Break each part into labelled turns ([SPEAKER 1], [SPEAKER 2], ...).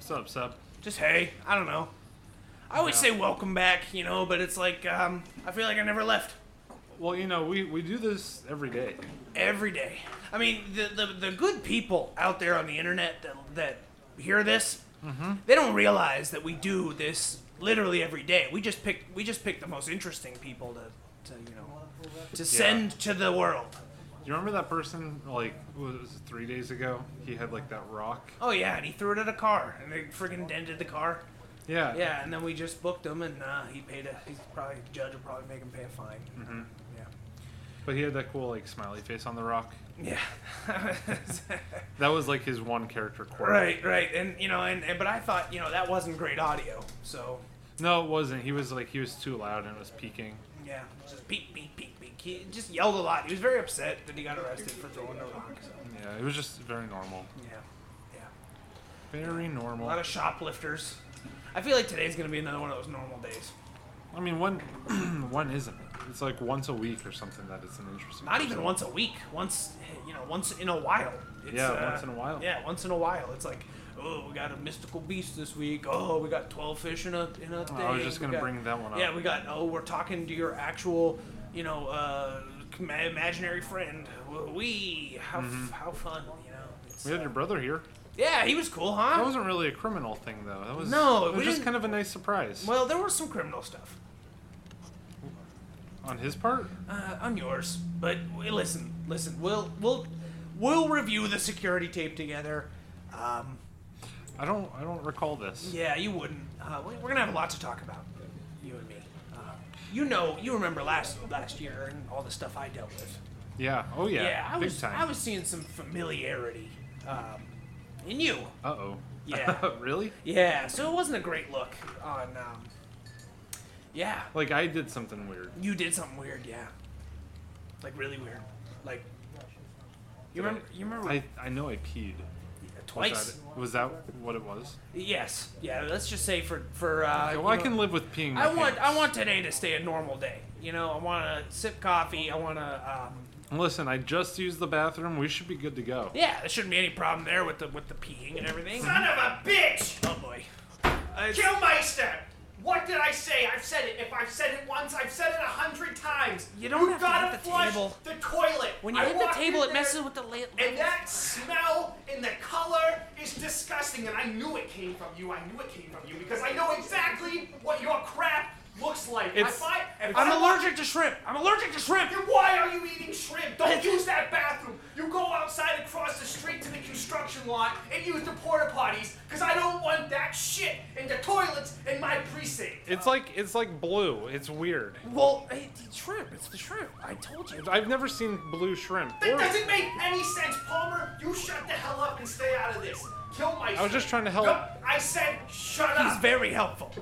[SPEAKER 1] Sup, sup.
[SPEAKER 2] Just hey, I don't know. I always
[SPEAKER 1] Yeah.
[SPEAKER 2] say welcome back, you know, but it's like um, I feel like I never left
[SPEAKER 1] Well, you know, we, we do this every day.
[SPEAKER 2] every day. I mean, the the, the good people out there on the internet that that hear this, they don't realize that we do this literally every day. We just pick we just pick the most interesting people to, to you know to send to the world.
[SPEAKER 1] Do you remember that person, like, what was it three days ago? He had, like, that rock.
[SPEAKER 2] Oh yeah, and he threw it at a car, and they freaking dented the car.
[SPEAKER 1] Yeah.
[SPEAKER 2] Yeah, and then we just booked him, and uh, he paid a. He's probably the judge will probably make him pay a fine. Mm-hmm. Yeah.
[SPEAKER 1] But he had that cool, like, smiley face on the rock.
[SPEAKER 2] Yeah.
[SPEAKER 1] That was, like, his one character quirk.
[SPEAKER 2] right, right, and you know, and, and but I thought you know that wasn't great audio, so
[SPEAKER 1] No, it wasn't. He was, like, he was too loud and it was peaking.
[SPEAKER 2] yeah, just peek, peek, peek, peek. He just yelled a lot. He was very upset that he got arrested for throwing a rock. So,
[SPEAKER 1] Yeah, it was just very normal.
[SPEAKER 2] yeah, yeah.
[SPEAKER 1] Very
[SPEAKER 2] A
[SPEAKER 1] normal.
[SPEAKER 2] lot of shoplifters. I feel like today's gonna be another one of those normal days.
[SPEAKER 1] I mean, one, one isn't. It's like once a week or something that it's an interesting.
[SPEAKER 2] Not even
[SPEAKER 1] person.
[SPEAKER 2] once a week. Once, you know, once in a while. It's,
[SPEAKER 1] Yeah,
[SPEAKER 2] uh,
[SPEAKER 1] once in a while.
[SPEAKER 2] Yeah, once in a while. It's like, oh, we got a mystical beast this week. Oh, we got twelve fish in a in a thing.
[SPEAKER 1] I was just
[SPEAKER 2] We
[SPEAKER 1] gonna
[SPEAKER 2] got-
[SPEAKER 1] bring that one up.
[SPEAKER 2] Yeah, we got. Oh, we're talking to your actual, you know, uh, ma- imaginary friend. We how
[SPEAKER 1] Mm-hmm.
[SPEAKER 2] f- how fun, you know. It's,
[SPEAKER 1] We had your brother here.
[SPEAKER 2] yeah, he was cool, huh?
[SPEAKER 1] That wasn't really a criminal thing, though. That was
[SPEAKER 2] No,
[SPEAKER 1] It was
[SPEAKER 2] we
[SPEAKER 1] just
[SPEAKER 2] didn't-
[SPEAKER 1] kind of a nice surprise
[SPEAKER 2] well, there was some criminal stuff
[SPEAKER 1] on his part.
[SPEAKER 2] uh, on yours, but we, listen, listen, we'll we'll we'll review the security tape together. Um,
[SPEAKER 1] I don't. I don't recall this.
[SPEAKER 2] Yeah, you wouldn't. Uh, we- we're gonna have a lot to talk about, you and me. Uh, you know, you remember last last year and all the stuff I dealt with.
[SPEAKER 1] Yeah. Oh yeah.
[SPEAKER 2] I
[SPEAKER 1] Big
[SPEAKER 2] was
[SPEAKER 1] time.
[SPEAKER 2] I was seeing some familiarity um, in you.
[SPEAKER 1] Uh oh.
[SPEAKER 2] Yeah.
[SPEAKER 1] really?
[SPEAKER 2] Yeah, so it wasn't a great look on. Um, yeah,
[SPEAKER 1] Like I did something weird.
[SPEAKER 2] you did something weird. Yeah, like really weird. Like you
[SPEAKER 1] Did I-
[SPEAKER 2] remember? You remember
[SPEAKER 1] I I know I peed. Was
[SPEAKER 2] twice?
[SPEAKER 1] that, was that what it was?
[SPEAKER 2] Yes. Yeah. Let's just say for for. Uh,
[SPEAKER 1] Okay,
[SPEAKER 2] you
[SPEAKER 1] well, I
[SPEAKER 2] know-
[SPEAKER 1] can live with peeing. My
[SPEAKER 2] I want
[SPEAKER 1] pants.
[SPEAKER 2] I want today to stay a normal day. You know, I want to sip coffee. I want to. Um,
[SPEAKER 1] Listen, I just used the bathroom. We should be good to go.
[SPEAKER 2] yeah, there shouldn't be any problem there with the with the peeing and everything.
[SPEAKER 3] Son of a bitch!
[SPEAKER 2] Oh boy.
[SPEAKER 3] Killmeister! What did I say? I've said it. If I've said it once, I've said it a hundred times.
[SPEAKER 2] You don't have to
[SPEAKER 3] gotta
[SPEAKER 2] hit the
[SPEAKER 3] flush
[SPEAKER 2] table.
[SPEAKER 3] the toilet.
[SPEAKER 2] When you
[SPEAKER 3] I
[SPEAKER 2] hit the
[SPEAKER 3] walked
[SPEAKER 2] table,
[SPEAKER 3] in
[SPEAKER 2] it messes
[SPEAKER 3] there,
[SPEAKER 2] with the lid.
[SPEAKER 3] And that smell and the color is disgusting, and I knew it came from you. I knew it came from you because I know exactly what your crap looks like.
[SPEAKER 1] It's-
[SPEAKER 3] if I, if
[SPEAKER 2] I'm
[SPEAKER 3] I walk
[SPEAKER 2] allergic to shrimp. I'm allergic to shrimp.
[SPEAKER 3] Then why are you eating shrimp? Don't use that bathroom. You go outside across the street to the construction lot and use the porta potties, because I don't want that shit in the toilets in my precinct.
[SPEAKER 1] It's like it's like blue. It's weird.
[SPEAKER 2] Well, hey, it's shrimp. It's the shrimp. I told you.
[SPEAKER 1] I've never seen blue shrimp.
[SPEAKER 3] That
[SPEAKER 1] or-
[SPEAKER 3] doesn't make any sense, Palmer. You shut the hell up and stay out of this. Kill my.
[SPEAKER 1] I was just trying to help.
[SPEAKER 3] I said shut
[SPEAKER 2] He's
[SPEAKER 3] up.
[SPEAKER 2] very helpful.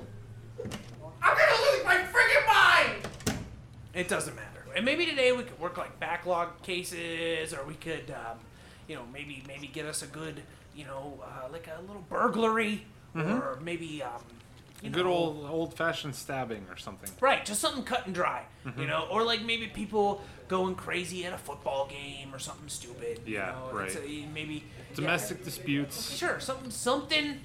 [SPEAKER 3] I'm gonna lose my friggin' mind.
[SPEAKER 2] It doesn't matter. And maybe today we could work like backlog cases, or we could, um, you know, maybe maybe get us a good, you know, uh, like a little burglary, or maybe um, you
[SPEAKER 1] Mm-hmm. Good
[SPEAKER 2] know,
[SPEAKER 1] old old fashioned stabbing or something.
[SPEAKER 2] right, just something cut and dry,
[SPEAKER 1] Mm-hmm.
[SPEAKER 2] you know, or like maybe people going crazy at a football game or something stupid. you
[SPEAKER 1] Yeah,
[SPEAKER 2] know,
[SPEAKER 1] right.
[SPEAKER 2] it's a- maybe yeah.
[SPEAKER 1] Domestic disputes.
[SPEAKER 2] Sure, something something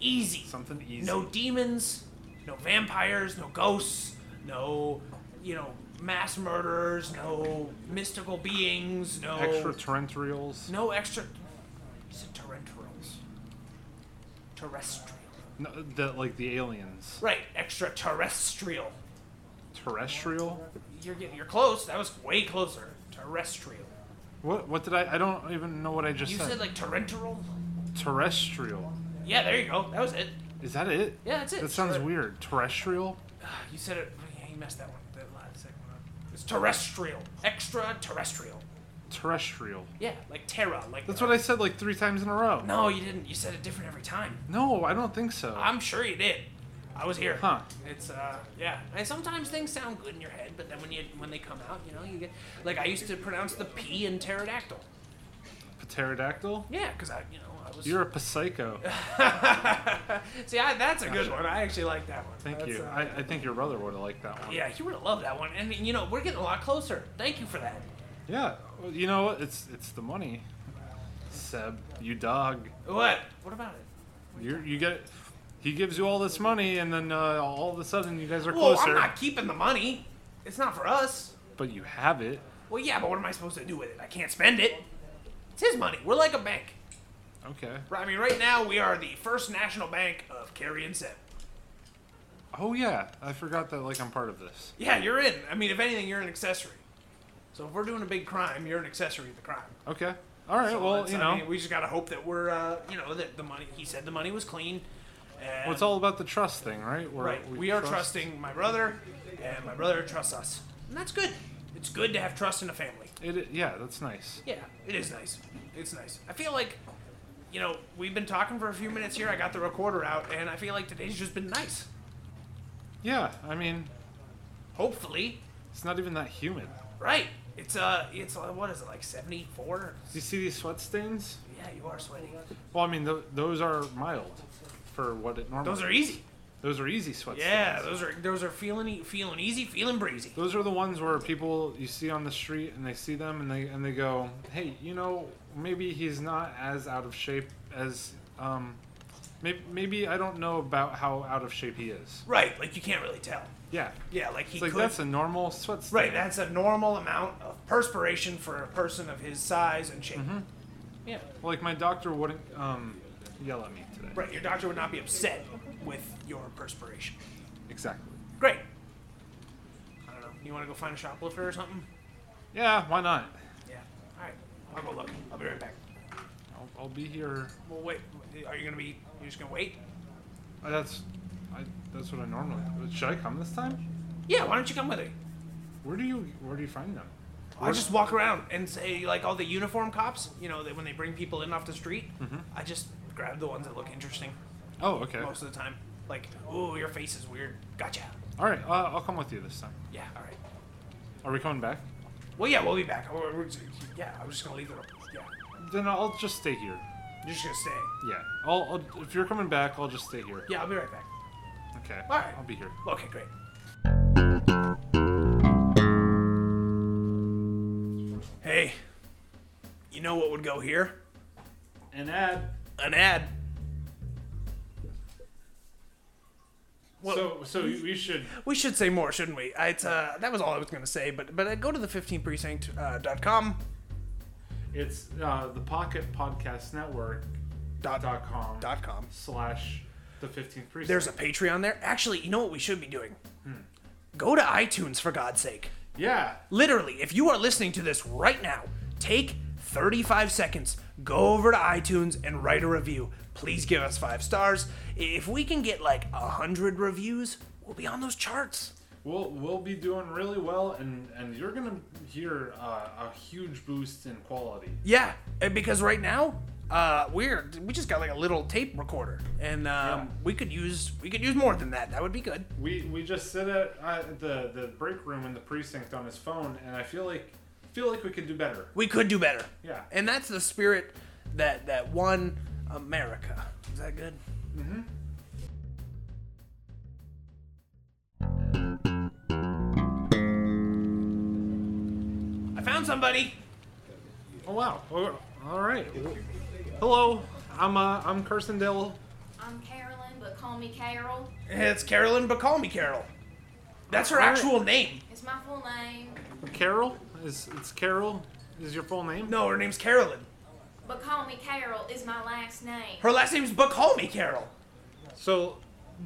[SPEAKER 2] easy.
[SPEAKER 1] Something easy.
[SPEAKER 2] No demons, no vampires, no ghosts, no, you know, mass murderers, no mystical beings, no
[SPEAKER 1] Extraterrestrials.
[SPEAKER 2] no extra. Is it terrestrials? Terrestrial.
[SPEAKER 1] No, the, like the aliens.
[SPEAKER 2] Right, extraterrestrial.
[SPEAKER 1] Terrestrial.
[SPEAKER 2] You're getting you're close. That was way closer. Terrestrial.
[SPEAKER 1] What? What did I? I don't even know what I just
[SPEAKER 2] You
[SPEAKER 1] said.
[SPEAKER 2] said like torrential.
[SPEAKER 1] terrestrial.
[SPEAKER 2] Yeah, there you go. That was it.
[SPEAKER 1] Is that it?
[SPEAKER 2] Yeah, that's it.
[SPEAKER 1] That sounds
[SPEAKER 2] Terre-
[SPEAKER 1] weird. Terrestrial.
[SPEAKER 2] You said it. Yeah, you messed that one. That last second one. up. It's terrestrial. Extraterrestrial.
[SPEAKER 1] Terrestrial.
[SPEAKER 2] Yeah, like Terra. Like
[SPEAKER 1] That's what I said like three times in a row.
[SPEAKER 2] No, you didn't. You said it different every time.
[SPEAKER 1] No, I don't think so.
[SPEAKER 2] I'm sure you did. I was here.
[SPEAKER 1] Huh.
[SPEAKER 2] It's uh, yeah. And sometimes things sound good in your head, but then when you when they come out, you know, you get like I used to pronounce the P in pterodactyl.
[SPEAKER 1] Pterodactyl.
[SPEAKER 2] Yeah, because I, you know, I was.
[SPEAKER 1] You're a psycho.
[SPEAKER 2] See, I, that's a good one. I actually like that one.
[SPEAKER 1] Thank
[SPEAKER 2] That's,
[SPEAKER 1] you.
[SPEAKER 2] uh,
[SPEAKER 1] I, I think your brother would have liked that one.
[SPEAKER 2] yeah, you would have loved that one, and you know, we're getting a lot closer. Thank you for that.
[SPEAKER 1] Yeah. well, You know what? It's it's the money. Seb, you dog.
[SPEAKER 2] What? What about it?
[SPEAKER 1] You you get he gives you all this money, and then uh, all of a sudden you guys are
[SPEAKER 2] Well,
[SPEAKER 1] closer.
[SPEAKER 2] I'm not keeping the money. It's not for us.
[SPEAKER 1] But you have it.
[SPEAKER 2] Well, yeah, but what am I supposed to do with it? I can't spend it. It's his money. We're like a bank.
[SPEAKER 1] Okay.
[SPEAKER 2] I mean, right now we are the First National Bank of Carrie and Seb.
[SPEAKER 1] Oh yeah, I forgot that. Like I'm part of this.
[SPEAKER 2] Yeah, you're in. I mean, if anything, you're an accessory. So if we're doing a big crime, you're an accessory to the crime.
[SPEAKER 1] Okay. All right.
[SPEAKER 2] So
[SPEAKER 1] well,
[SPEAKER 2] that's-
[SPEAKER 1] you
[SPEAKER 2] I
[SPEAKER 1] know,
[SPEAKER 2] mean, we just gotta hope that we're, uh, you know, that the money. He said the money was clean. And
[SPEAKER 1] well, it's all about the trust thing, right? We're,
[SPEAKER 2] right. We, are trusting my brother, and my brother trusts us, and that's good. It's good to have trust in a family.
[SPEAKER 1] It. Yeah, that's nice.
[SPEAKER 2] Yeah, it is nice. It's nice. I feel like, you know, we've been talking for a few minutes here. I got the recorder out, and I feel like today's just been nice.
[SPEAKER 1] Yeah. I mean,
[SPEAKER 2] Hopefully,
[SPEAKER 1] it's not even that humid.
[SPEAKER 2] right? It's uh, it's uh, what is it like seventy four?
[SPEAKER 1] Do you see these sweat stains?
[SPEAKER 2] Yeah, you are sweating.
[SPEAKER 1] Well, I mean, th- those are mild for what it normally.
[SPEAKER 2] Those are easy.
[SPEAKER 1] Those are easy sweat
[SPEAKER 2] Yeah,
[SPEAKER 1] stains.
[SPEAKER 2] those are those are feeling e- feeling easy, feeling breezy.
[SPEAKER 1] Those are the ones where people you see on the street and they see them and they and they go, hey, you know, maybe he's not as out of shape as, um, maybe, maybe I don't know about how out of shape he is.
[SPEAKER 2] Right, like you can't really tell.
[SPEAKER 1] Yeah.
[SPEAKER 2] Yeah, like he
[SPEAKER 1] It's like
[SPEAKER 2] could.
[SPEAKER 1] that's a normal sweat stain.
[SPEAKER 2] right, that's a normal amount of perspiration for a person of his size and shape.
[SPEAKER 1] Mm-hmm.
[SPEAKER 2] Yeah.
[SPEAKER 1] Like my doctor wouldn't um, yell at me today.
[SPEAKER 2] Right, your doctor would not be upset with your perspiration.
[SPEAKER 1] Exactly.
[SPEAKER 2] Great. I don't know. You want to go find a shoplifter or something?
[SPEAKER 1] Yeah. Why not?
[SPEAKER 2] Yeah. All right. I'll go look. I'll be right back.
[SPEAKER 1] I'll, I'll be here.
[SPEAKER 2] Well, wait. Are you gonna be? You're just gonna wait?
[SPEAKER 1] Uh, That's, I, that's what I normally. Should I come this time?
[SPEAKER 2] Yeah. Why don't you come with me?
[SPEAKER 1] Where do you Where do you find them?
[SPEAKER 2] I just walk around and say like all the uniform cops. You know, that when they bring people in off the street, I just grab the ones that look interesting
[SPEAKER 1] Oh, okay.
[SPEAKER 2] most of the time. Like, ooh, your face is weird. Gotcha.
[SPEAKER 1] All right. Uh, I'll come with you this time.
[SPEAKER 2] Yeah. All right.
[SPEAKER 1] Are we coming back?
[SPEAKER 2] Well, yeah, we'll be back. Oh, We're- we're- yeah, I'm just gonna leave the. Yeah.
[SPEAKER 1] Then I'll just stay here.
[SPEAKER 2] You're just gonna stay.
[SPEAKER 1] Yeah. I'll, I'll if you're coming back, I'll just stay here.
[SPEAKER 2] Yeah, I'll be right back.
[SPEAKER 1] Okay.
[SPEAKER 2] All right.
[SPEAKER 1] I'll be here.
[SPEAKER 2] Okay, great. Hey, you know what would go here?
[SPEAKER 1] An ad.
[SPEAKER 2] An ad. Well,
[SPEAKER 1] So so we should.
[SPEAKER 2] we should say more, shouldn't we? I, it's, uh, that was all I was going to say, but but uh, go to the 15precinct.com. Uh, dot com,
[SPEAKER 1] It's uh, the Pocket Podcast Network
[SPEAKER 2] dot,
[SPEAKER 1] dot com
[SPEAKER 2] dot com.
[SPEAKER 1] slash the fifteenth precinct.
[SPEAKER 2] There's a Patreon there. Actually, you know what we should be doing? Go to iTunes for God's sake.
[SPEAKER 1] yeah.
[SPEAKER 2] Literally, if you are listening to this right now, take 35 seconds, go over to iTunes and write a review. Please give us five stars. If we can get like 100 reviews, we'll be on those charts.
[SPEAKER 1] We'll we'll be doing really well, and and you're gonna hear uh, a huge boost in quality.
[SPEAKER 2] Yeah, and because right now, uh, we're we just got like a little tape recorder, and um,
[SPEAKER 1] Yeah.
[SPEAKER 2] we could use we could use more than that. That would be good.
[SPEAKER 1] We we just sit at uh, the the break room in the precinct on his phone, and I feel like feel like we could do better.
[SPEAKER 2] We could do better.
[SPEAKER 1] Yeah.
[SPEAKER 2] and that's the spirit that that won America. Is that good?
[SPEAKER 1] Mm-hmm.
[SPEAKER 2] I found somebody.
[SPEAKER 1] Oh wow! Oh, All right. Hello, I'm uh, I'm Carson Dell.
[SPEAKER 4] I'm Carolyn, but call me Carol.
[SPEAKER 2] It's Carolyn, but call me Carol. That's her
[SPEAKER 1] All right.
[SPEAKER 2] actual name.
[SPEAKER 4] It's my full name,
[SPEAKER 1] Carol is it's Carol is your full name?
[SPEAKER 2] No, her name's Carolyn.
[SPEAKER 4] but call me Carol is my last name.
[SPEAKER 2] Her last name's but call me Carol.
[SPEAKER 1] So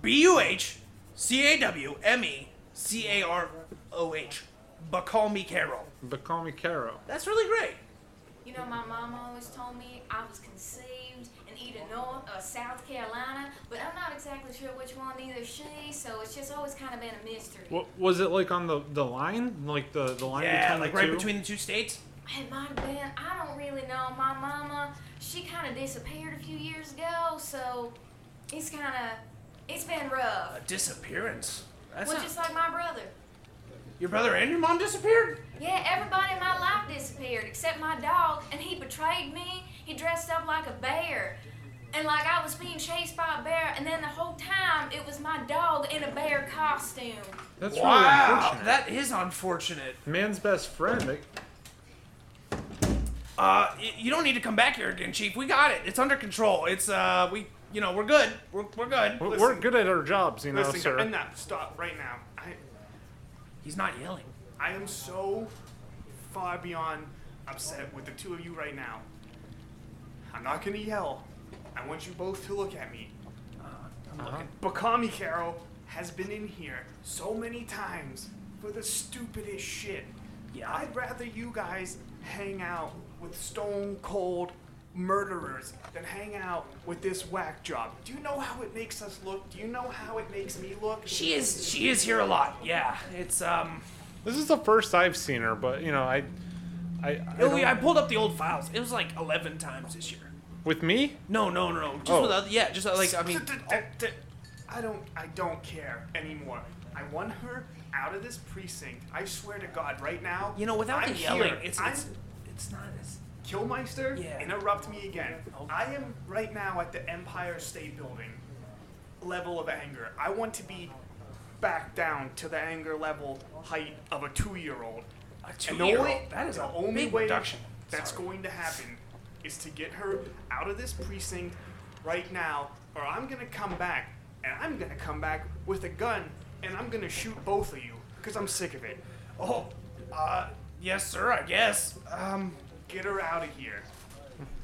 [SPEAKER 2] B U H C A W M E C A R O H. But call me Carol.
[SPEAKER 1] but call me Carol.
[SPEAKER 2] That's really great.
[SPEAKER 4] You know, my mom always told me I was conceived in either North or South Carolina, but I'm not exactly sure which one either she, so it's just always kind of been a mystery.
[SPEAKER 1] What was it like on the the line? Like the the line
[SPEAKER 2] Yeah,
[SPEAKER 1] between
[SPEAKER 2] like
[SPEAKER 1] the
[SPEAKER 2] right
[SPEAKER 1] two?
[SPEAKER 2] between the two states.
[SPEAKER 4] It might have been, I don't really know. My mama, she kind of disappeared a few years ago, so it's kind of, it's been rough.
[SPEAKER 2] A disappearance. That's
[SPEAKER 4] well,
[SPEAKER 2] not-
[SPEAKER 4] just like my brother.
[SPEAKER 2] your brother and your mom disappeared.
[SPEAKER 4] Yeah, everybody in my life disappeared except my dog, and he betrayed me. He dressed up like a bear. And like I was being chased by a bear, and then the whole time it was my dog in a bear costume.
[SPEAKER 1] That's really
[SPEAKER 2] wow,
[SPEAKER 1] unfortunate.
[SPEAKER 2] that is unfortunate.
[SPEAKER 1] Man's best friend. like-
[SPEAKER 2] Uh, y- you don't need to come back here again, Chief. We got it. It's under control. It's uh, we you know, we're good. We're, we're good.
[SPEAKER 1] We're, we're
[SPEAKER 3] Listen.
[SPEAKER 1] good at our jobs, you know,
[SPEAKER 3] Listen,
[SPEAKER 1] sir.
[SPEAKER 3] enough. Stop right now. I,
[SPEAKER 2] He's not yelling.
[SPEAKER 3] I am so far beyond upset with the two of you right now. I'm not gonna yell. I want you both to look at me. Uh,
[SPEAKER 2] I'm looking.
[SPEAKER 3] Bakami Carol has been in here so many times for the stupidest shit.
[SPEAKER 2] Yeah.
[SPEAKER 3] I'd rather you guys hang out with stone cold murderers than hang out with this whack job. Do you know how it makes us look? Do you know how it makes me look?
[SPEAKER 2] She is she is here a lot. Yeah, it's um.
[SPEAKER 1] This is the first I've seen her, but you know, I, I, I
[SPEAKER 2] oh, yeah, I
[SPEAKER 1] don't-
[SPEAKER 2] pulled up the old files. It was like eleven times this year.
[SPEAKER 1] with me.
[SPEAKER 2] No, no, no. Just
[SPEAKER 1] Oh.
[SPEAKER 2] without, yeah, just uh, like I mean,
[SPEAKER 3] I don't I don't care anymore. I want her out of this precinct. I swear to God, right now.
[SPEAKER 2] you know, without
[SPEAKER 3] I'm
[SPEAKER 2] the yelling,
[SPEAKER 3] here.
[SPEAKER 2] it's
[SPEAKER 3] I'm
[SPEAKER 2] it's, it's not as
[SPEAKER 3] Killmeister,
[SPEAKER 2] Yeah.
[SPEAKER 3] interrupt me again.
[SPEAKER 2] Okay.
[SPEAKER 3] I am right now at the Empire State Building level of anger. I want to be back down to the anger level height of a two-year-old.
[SPEAKER 2] a
[SPEAKER 3] And
[SPEAKER 2] two
[SPEAKER 3] the
[SPEAKER 2] year
[SPEAKER 3] only,
[SPEAKER 2] old. That is
[SPEAKER 3] the
[SPEAKER 2] a
[SPEAKER 3] only
[SPEAKER 2] big
[SPEAKER 3] way
[SPEAKER 2] reduction.
[SPEAKER 3] that's
[SPEAKER 2] Sorry.
[SPEAKER 3] going to happen is to get her out of this precinct right now, or I'm gonna come back and I'm gonna come back with a gun and I'm gonna shoot both of you because I'm sick of it.
[SPEAKER 2] Oh, uh, yes, sir. I guess.
[SPEAKER 3] Um, get her out of here.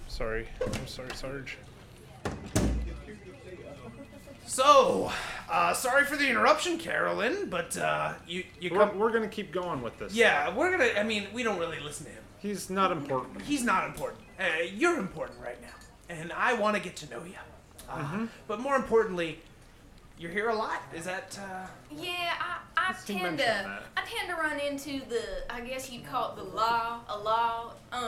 [SPEAKER 1] Sorry, I'm sorry, Sarge.
[SPEAKER 2] So, uh, sorry for the interruption, Carolyn, but uh, you you
[SPEAKER 1] We're,
[SPEAKER 2] come.
[SPEAKER 1] we're gonna keep going with this.
[SPEAKER 2] Yeah, we're gonna. I mean, we don't really listen to him.
[SPEAKER 1] he's not important.
[SPEAKER 2] He's not important. Uh, you're important right now, and I want to get to know you. Uh,
[SPEAKER 1] Mm-hmm.
[SPEAKER 2] But more importantly, you're here a lot. Is that? Uh,
[SPEAKER 4] Yeah, I, I
[SPEAKER 1] He
[SPEAKER 4] tend
[SPEAKER 1] mentioned
[SPEAKER 4] to
[SPEAKER 1] that.
[SPEAKER 4] I tend to run into the I guess you'd call it the law, a law. Um,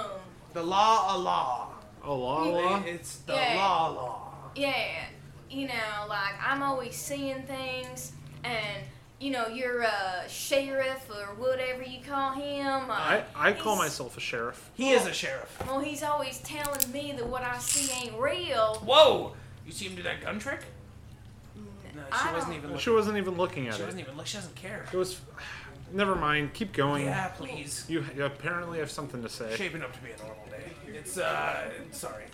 [SPEAKER 2] The law, a law.
[SPEAKER 1] Oh, la la.
[SPEAKER 2] It's the
[SPEAKER 4] Yeah.
[SPEAKER 2] law, law.
[SPEAKER 4] yeah, you know, like I'm always seeing things, and you know, you're a sheriff or whatever you call him.
[SPEAKER 1] I,
[SPEAKER 4] Like,
[SPEAKER 1] I call
[SPEAKER 4] he's-
[SPEAKER 1] myself a sheriff.
[SPEAKER 2] He is a sheriff.
[SPEAKER 4] Well, he's always telling me that what I see ain't real.
[SPEAKER 2] Whoa! You see him do that gun trick? No, she
[SPEAKER 4] Mm, I
[SPEAKER 2] wasn't
[SPEAKER 4] don't-
[SPEAKER 2] even. Looking.
[SPEAKER 1] She wasn't even looking at
[SPEAKER 2] She
[SPEAKER 1] it.
[SPEAKER 2] wasn't even. Look, she doesn't care.
[SPEAKER 1] It was. Never mind. Keep going.
[SPEAKER 2] Yeah, please.
[SPEAKER 1] You, you apparently have something to say.
[SPEAKER 2] Shaping up to be a normal day. It's uh, sorry.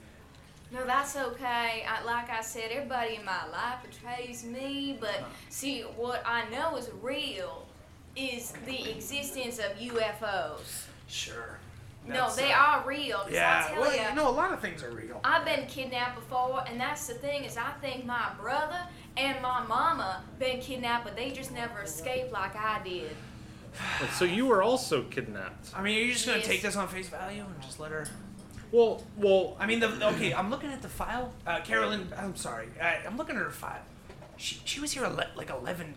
[SPEAKER 4] No, that's okay. I, like I said, everybody in my life betrays me, but
[SPEAKER 2] Uh-huh.
[SPEAKER 4] see, what I know is real is the existence of UFOs.
[SPEAKER 2] Sure.
[SPEAKER 4] no,
[SPEAKER 2] That's,
[SPEAKER 4] they
[SPEAKER 2] uh,
[SPEAKER 4] are real. 'cause I
[SPEAKER 2] Yeah.
[SPEAKER 4] tell
[SPEAKER 2] Well,
[SPEAKER 4] ya,
[SPEAKER 2] you know, a lot of things are real.
[SPEAKER 4] I've been kidnapped before, and that's the thing is, I think my brother and my mama been kidnapped, but they just never escaped like I did.
[SPEAKER 1] So you were also kidnapped.
[SPEAKER 2] I mean, are you just gonna
[SPEAKER 4] Yes.
[SPEAKER 2] take this on face value and just let her?
[SPEAKER 1] Well, well.
[SPEAKER 2] I mean, the, okay. I'm looking at the file. Uh, Carolyn, I'm sorry. I, I'm looking at her file. She she was here ele- like 11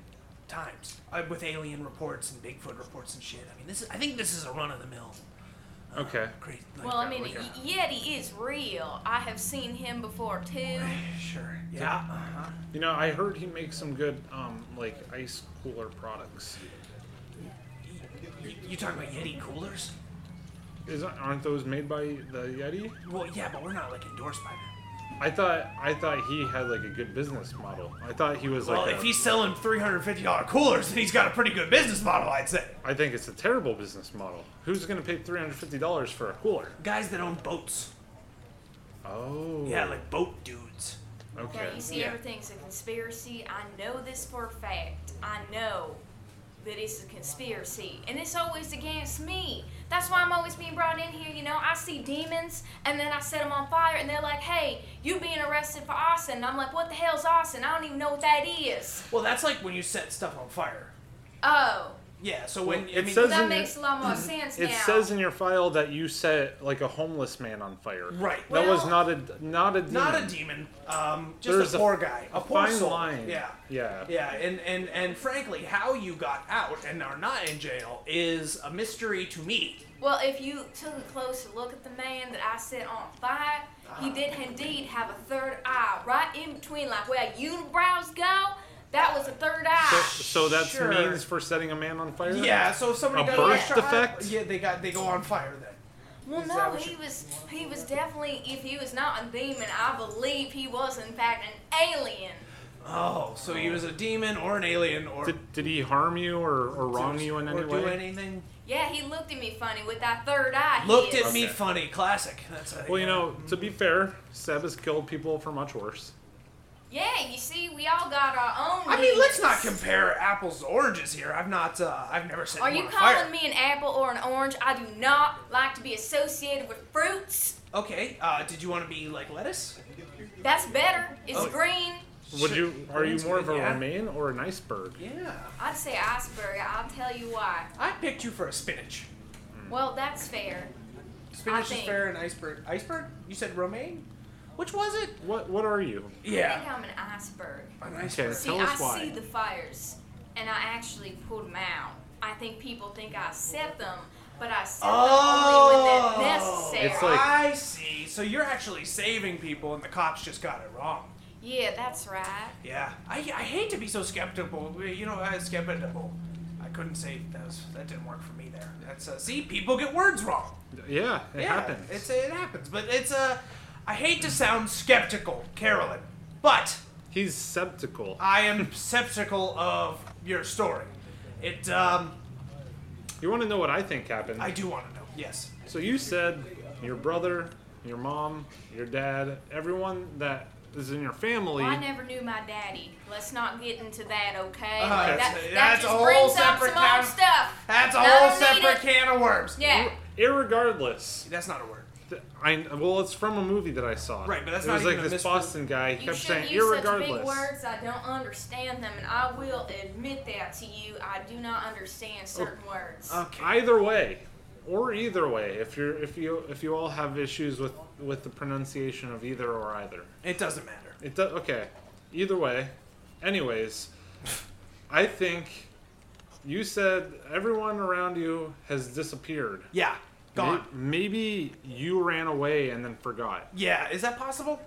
[SPEAKER 2] times uh, with alien reports and Bigfoot reports and shit. I mean, this is, I think this is a run of the mill.
[SPEAKER 1] Okay.
[SPEAKER 2] Crazy. like,
[SPEAKER 4] Well, I
[SPEAKER 2] uh,
[SPEAKER 4] mean,
[SPEAKER 2] like, uh,
[SPEAKER 4] y- Yeti is real. I have seen him before too.
[SPEAKER 2] Sure. Yeah. Uh-huh.
[SPEAKER 1] You know, I heard he makes some good, um, like ice cooler products.
[SPEAKER 2] You, you talking about Yeti coolers?
[SPEAKER 1] Is aren't those made by the Yeti?
[SPEAKER 2] Well, yeah, but we're not like endorsed by them.
[SPEAKER 1] I thought I thought he had like a good business model. I thought he was like.
[SPEAKER 2] Well,
[SPEAKER 1] a-
[SPEAKER 2] if he's selling $350 coolers, then he's got a pretty good business model, I'd say.
[SPEAKER 1] I think it's a terrible business model. Who's gonna pay three hundred fifty dollars for a cooler?
[SPEAKER 2] Guys that own boats.
[SPEAKER 1] Oh.
[SPEAKER 2] Yeah, like boat dudes.
[SPEAKER 1] Okay.
[SPEAKER 4] Now, you see,
[SPEAKER 2] Yeah.
[SPEAKER 4] everything's a conspiracy. I know this for a fact. I know that it's a conspiracy, and it's always against me. That's why I'm always being brought in here. You know, I see demons, and then I set them on fire, and they're like, "Hey, you being arrested for arson?" And I'm like, "What the hell's arson? I don't even know what that is."
[SPEAKER 2] Well, that's like when you set stuff on fire.
[SPEAKER 4] Oh,
[SPEAKER 2] Yeah, so when
[SPEAKER 1] Well,
[SPEAKER 2] I
[SPEAKER 1] it
[SPEAKER 2] mean,
[SPEAKER 1] says-
[SPEAKER 4] that
[SPEAKER 1] Doesn't it-
[SPEAKER 4] makes a lot more sense
[SPEAKER 1] It
[SPEAKER 4] now.
[SPEAKER 1] says in your file that you set like a homeless man on fire.
[SPEAKER 2] Right.
[SPEAKER 1] That was
[SPEAKER 4] Well-
[SPEAKER 1] not a not a demon.
[SPEAKER 2] not a demon, um, just
[SPEAKER 1] There's
[SPEAKER 2] a
[SPEAKER 1] a-
[SPEAKER 2] poor guy, a,
[SPEAKER 1] A
[SPEAKER 2] poor
[SPEAKER 1] fine
[SPEAKER 2] soul.
[SPEAKER 1] line.
[SPEAKER 2] Yeah,
[SPEAKER 1] Yeah.
[SPEAKER 2] yeah, and and and frankly, how you got out and are not in jail is a mystery to me.
[SPEAKER 4] Well, if you took a closer look at the man that I set on fire,
[SPEAKER 2] Ah.
[SPEAKER 4] he did indeed have a third eye right in between, like where unibrows go. That was a third
[SPEAKER 1] So,
[SPEAKER 4] eye.
[SPEAKER 1] so that's
[SPEAKER 2] Sure.
[SPEAKER 1] means for setting a man on fire.
[SPEAKER 2] Yeah, so if somebody
[SPEAKER 1] A
[SPEAKER 2] got
[SPEAKER 1] birth
[SPEAKER 2] electrified,
[SPEAKER 1] defect?
[SPEAKER 2] yeah, they got they go on fire then.
[SPEAKER 4] Well,
[SPEAKER 2] is that
[SPEAKER 4] no,
[SPEAKER 2] what
[SPEAKER 4] he
[SPEAKER 2] you-
[SPEAKER 4] was he was definitely if he was not a demon, I believe he was in fact an alien.
[SPEAKER 2] Oh, so he was a demon or an alien or
[SPEAKER 1] Did, did he harm you or, or wrong
[SPEAKER 2] or
[SPEAKER 1] you in any
[SPEAKER 2] do
[SPEAKER 1] way?
[SPEAKER 2] anything.
[SPEAKER 4] Yeah, he looked at me funny with that third eye. he
[SPEAKER 2] Looked
[SPEAKER 4] is.
[SPEAKER 2] at me
[SPEAKER 1] Okay.
[SPEAKER 2] funny, classic. That's a,
[SPEAKER 1] Well, you know, to be fair, Seb has killed people for much worse.
[SPEAKER 4] Yeah, you see, we all got our own.
[SPEAKER 2] I mean, let's
[SPEAKER 4] needs.
[SPEAKER 2] not compare apples to oranges here. I've not, uh, I've never set
[SPEAKER 4] Are
[SPEAKER 2] them
[SPEAKER 4] you
[SPEAKER 2] on
[SPEAKER 4] calling
[SPEAKER 2] fire.
[SPEAKER 4] me an apple or an orange? I do not like to be associated with fruits.
[SPEAKER 2] Okay, uh, did you want to be like lettuce?
[SPEAKER 4] That's better. It's
[SPEAKER 2] Oh.
[SPEAKER 4] green.
[SPEAKER 1] Would
[SPEAKER 2] Sure.
[SPEAKER 1] you? Are you
[SPEAKER 2] Orange,
[SPEAKER 1] more of a
[SPEAKER 2] yeah.
[SPEAKER 1] romaine or an iceberg?
[SPEAKER 2] Yeah.
[SPEAKER 4] I'd say iceberg. I'll tell you why.
[SPEAKER 2] I picked you for a spinach. Hmm.
[SPEAKER 4] Well, that's fair. I
[SPEAKER 2] Spinach is
[SPEAKER 4] think-
[SPEAKER 2] fair and iceberg. Iceberg? You said romaine? Which was it?
[SPEAKER 1] What? What are you?
[SPEAKER 4] I think I'm an iceberg.
[SPEAKER 2] An iceberg.
[SPEAKER 1] Okay.
[SPEAKER 4] See,
[SPEAKER 1] Tell us
[SPEAKER 4] I
[SPEAKER 1] why.
[SPEAKER 4] see the fires, and I actually pulled them out. I think people think I set them, but I set them only when they're
[SPEAKER 2] Oh.
[SPEAKER 4] necessary.
[SPEAKER 1] It's like-
[SPEAKER 2] I see. So you're actually saving people, and the cops just got it wrong.
[SPEAKER 4] yeah, that's right.
[SPEAKER 2] Yeah. I, I hate to be so skeptical. You know, I skeptical. I couldn't say those. That didn't work for me there. That's uh, see, people get words wrong.
[SPEAKER 1] Yeah, it
[SPEAKER 2] yeah,
[SPEAKER 1] happens.
[SPEAKER 2] It's it happens, but it's Uh, I hate to sound skeptical, Carolyn, but
[SPEAKER 1] He's sceptical.
[SPEAKER 2] I am skeptical of your story. It um,
[SPEAKER 1] You want to know what I think happened?
[SPEAKER 2] I do want to know. Yes.
[SPEAKER 1] So you said your brother, your mom, your dad, everyone that is in your family.
[SPEAKER 4] Well, I never knew my daddy. Let's not get into that, okay?
[SPEAKER 2] Uh,
[SPEAKER 4] Like,
[SPEAKER 2] that's-
[SPEAKER 4] that, that
[SPEAKER 2] that's
[SPEAKER 4] just
[SPEAKER 2] a whole
[SPEAKER 4] brings up
[SPEAKER 2] separate
[SPEAKER 4] some old
[SPEAKER 2] kind-
[SPEAKER 4] stuff.
[SPEAKER 2] That's a
[SPEAKER 4] None
[SPEAKER 2] whole
[SPEAKER 4] needed.
[SPEAKER 2] separate can of worms.
[SPEAKER 4] Yeah.
[SPEAKER 1] Irregardless,
[SPEAKER 2] That's not a word.
[SPEAKER 1] th- I well, it's from a movie that I saw.
[SPEAKER 2] Right, but that's
[SPEAKER 1] it
[SPEAKER 2] not
[SPEAKER 1] was
[SPEAKER 2] even
[SPEAKER 1] like
[SPEAKER 2] a
[SPEAKER 1] this
[SPEAKER 2] misprint.
[SPEAKER 1] Boston guy. He
[SPEAKER 4] You
[SPEAKER 1] kept saying
[SPEAKER 4] shouldn't use such big
[SPEAKER 1] irregardless.
[SPEAKER 4] words. I don't understand them, and I will admit that to you. I do not
[SPEAKER 2] Oh.
[SPEAKER 4] understand certain words.
[SPEAKER 2] Okay.
[SPEAKER 1] Either way, or either way, if you're if you if you all have issues with with the pronunciation of either or either,
[SPEAKER 2] It doesn't matter.
[SPEAKER 1] It does. Okay. Either way, anyways, I think you said everyone around you has disappeared.
[SPEAKER 2] Yeah. Gone.
[SPEAKER 1] May- Maybe you ran away and then forgot.
[SPEAKER 2] Yeah. Is that possible?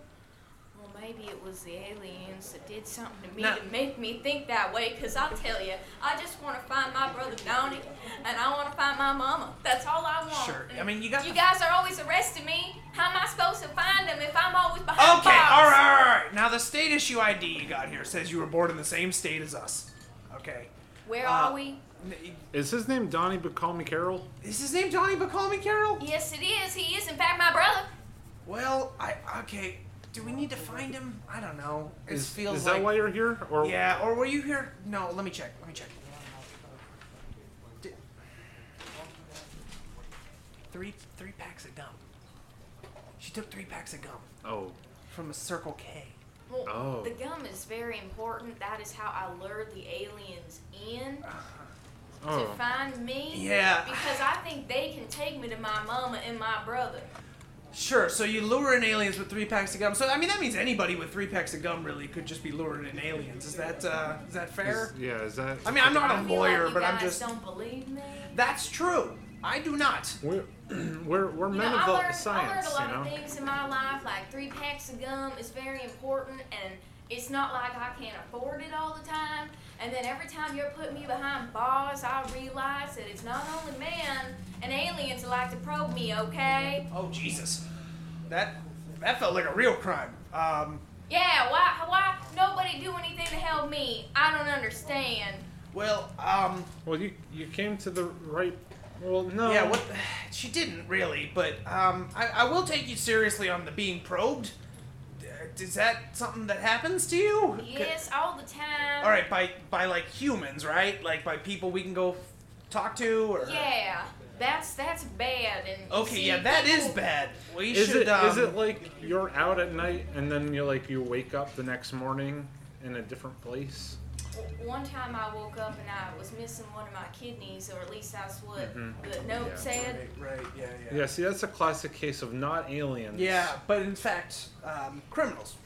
[SPEAKER 4] Well, maybe it was the aliens that did something to me
[SPEAKER 2] Now-
[SPEAKER 4] to make me think that way, because I'll tell you, I just want to find my brother Donnie, and I want to find my mama. That's all I want.
[SPEAKER 2] Sure. I mean, you got.
[SPEAKER 4] You
[SPEAKER 2] the-
[SPEAKER 4] guys are always arresting me. How am I supposed to find them if I'm always behind
[SPEAKER 2] Okay,
[SPEAKER 4] bars?
[SPEAKER 2] all right, all right. Now the state issue ID you got here says you were born in the same state as us. Okay.
[SPEAKER 4] Where
[SPEAKER 2] Uh,
[SPEAKER 4] are we?
[SPEAKER 2] N-
[SPEAKER 1] Is his name Donnie, but call me Carol?
[SPEAKER 2] Is his name Johnny but call me Carol?
[SPEAKER 4] Yes, it is. He is, in fact, my brother.
[SPEAKER 2] Well, I okay. Do we need to find him? I don't know. It
[SPEAKER 1] Is,
[SPEAKER 2] feels
[SPEAKER 1] is that
[SPEAKER 2] like
[SPEAKER 1] why you're here? Or
[SPEAKER 2] yeah. Or were you here? No. Let me check. Let me check. Di- Three three packs of gum. She took three packs of gum
[SPEAKER 1] Oh,
[SPEAKER 2] from a Circle K.
[SPEAKER 4] Well,
[SPEAKER 1] Oh.
[SPEAKER 4] the gum is very important. That is how I lured the aliens in to
[SPEAKER 1] oh.
[SPEAKER 4] find me.
[SPEAKER 2] Yeah.
[SPEAKER 4] Because I think they can take me to my mama and my brother.
[SPEAKER 2] Sure. So you lure in aliens with three packs of gum. So I mean that means anybody with three packs of gum really could just be luring in aliens. Is that uh, is that fair?
[SPEAKER 1] Is- yeah. Is that?
[SPEAKER 2] I mean I'm not a
[SPEAKER 4] feel
[SPEAKER 2] lawyer,
[SPEAKER 4] like you
[SPEAKER 2] but I'm
[SPEAKER 4] guys
[SPEAKER 2] just
[SPEAKER 4] don't believe me.
[SPEAKER 2] that's true. I do not.
[SPEAKER 1] We're we're, we're
[SPEAKER 4] You
[SPEAKER 1] men
[SPEAKER 4] know, I
[SPEAKER 1] of the
[SPEAKER 4] learned,
[SPEAKER 1] science,
[SPEAKER 4] I
[SPEAKER 1] you
[SPEAKER 4] learned a lot of
[SPEAKER 1] know.
[SPEAKER 4] things in my life, like three packs of gum is very important, and it's not like I can afford it all the time. And then every time you're putting me behind bars, I realize that it's not only man and aliens that like to probe me. Okay?
[SPEAKER 2] Oh Jesus, that that felt like a real crime. Um,
[SPEAKER 4] Yeah. Why? Why nobody do anything to help me? I don't understand.
[SPEAKER 2] well, um,
[SPEAKER 1] Well, you you came to the right. Well, no.
[SPEAKER 2] yeah, what? She didn't really, but um, I, I will take you seriously on the being probed. Uh, Is that something that happens to you?
[SPEAKER 4] Yes, all the time.
[SPEAKER 2] All right, by by like humans, right? Like by people we can go talk to, or
[SPEAKER 4] Yeah. That's that's bad. And you
[SPEAKER 2] Okay,
[SPEAKER 4] see,
[SPEAKER 2] yeah, that is
[SPEAKER 4] people-
[SPEAKER 2] bad. We
[SPEAKER 1] Is
[SPEAKER 2] should.
[SPEAKER 1] it
[SPEAKER 2] um,
[SPEAKER 1] is it like you're out at night and then you like you wake up the next morning in a different place?
[SPEAKER 4] W- One time I woke up and I was missing one of my kidneys, or at least that's what
[SPEAKER 2] Mm-hmm.
[SPEAKER 4] the note
[SPEAKER 1] Yeah.
[SPEAKER 4] said.
[SPEAKER 2] Right, right, yeah, yeah.
[SPEAKER 1] Yeah, see that's a classic case of not aliens.
[SPEAKER 2] Yeah, but in fact, um, criminals.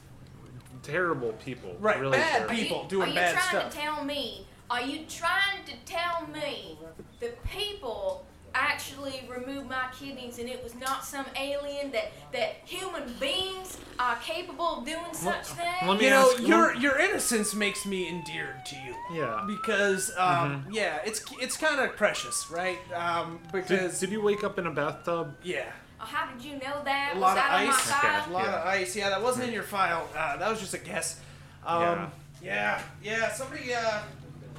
[SPEAKER 1] Terrible people.
[SPEAKER 2] Right,
[SPEAKER 1] Really
[SPEAKER 2] bad
[SPEAKER 1] terrible.
[SPEAKER 4] Are you-
[SPEAKER 2] People doing
[SPEAKER 4] are you
[SPEAKER 2] bad
[SPEAKER 4] trying
[SPEAKER 2] stuff.
[SPEAKER 4] to tell me? Are you trying to tell me the people actually removed my kidneys and it was not some alien that that human beings are capable of doing such things?
[SPEAKER 1] let me-
[SPEAKER 2] You know,
[SPEAKER 1] ask-
[SPEAKER 2] your your innocence makes me endeared to you.
[SPEAKER 1] Yeah. Mm-hmm.
[SPEAKER 2] Because um, yeah, it's it's kind of precious, right? Um,
[SPEAKER 1] Did,
[SPEAKER 2] because
[SPEAKER 1] did you wake up in a bathtub?
[SPEAKER 2] yeah,
[SPEAKER 4] Oh, How did you know that?
[SPEAKER 2] A
[SPEAKER 4] was
[SPEAKER 2] lot of
[SPEAKER 4] that on
[SPEAKER 2] ice.
[SPEAKER 4] my
[SPEAKER 2] Okay.
[SPEAKER 4] file?
[SPEAKER 2] a lot of ice. Yeah, that wasn't in your file. Uh, that was just a guess. Um, yeah. yeah, Somebody. Uh,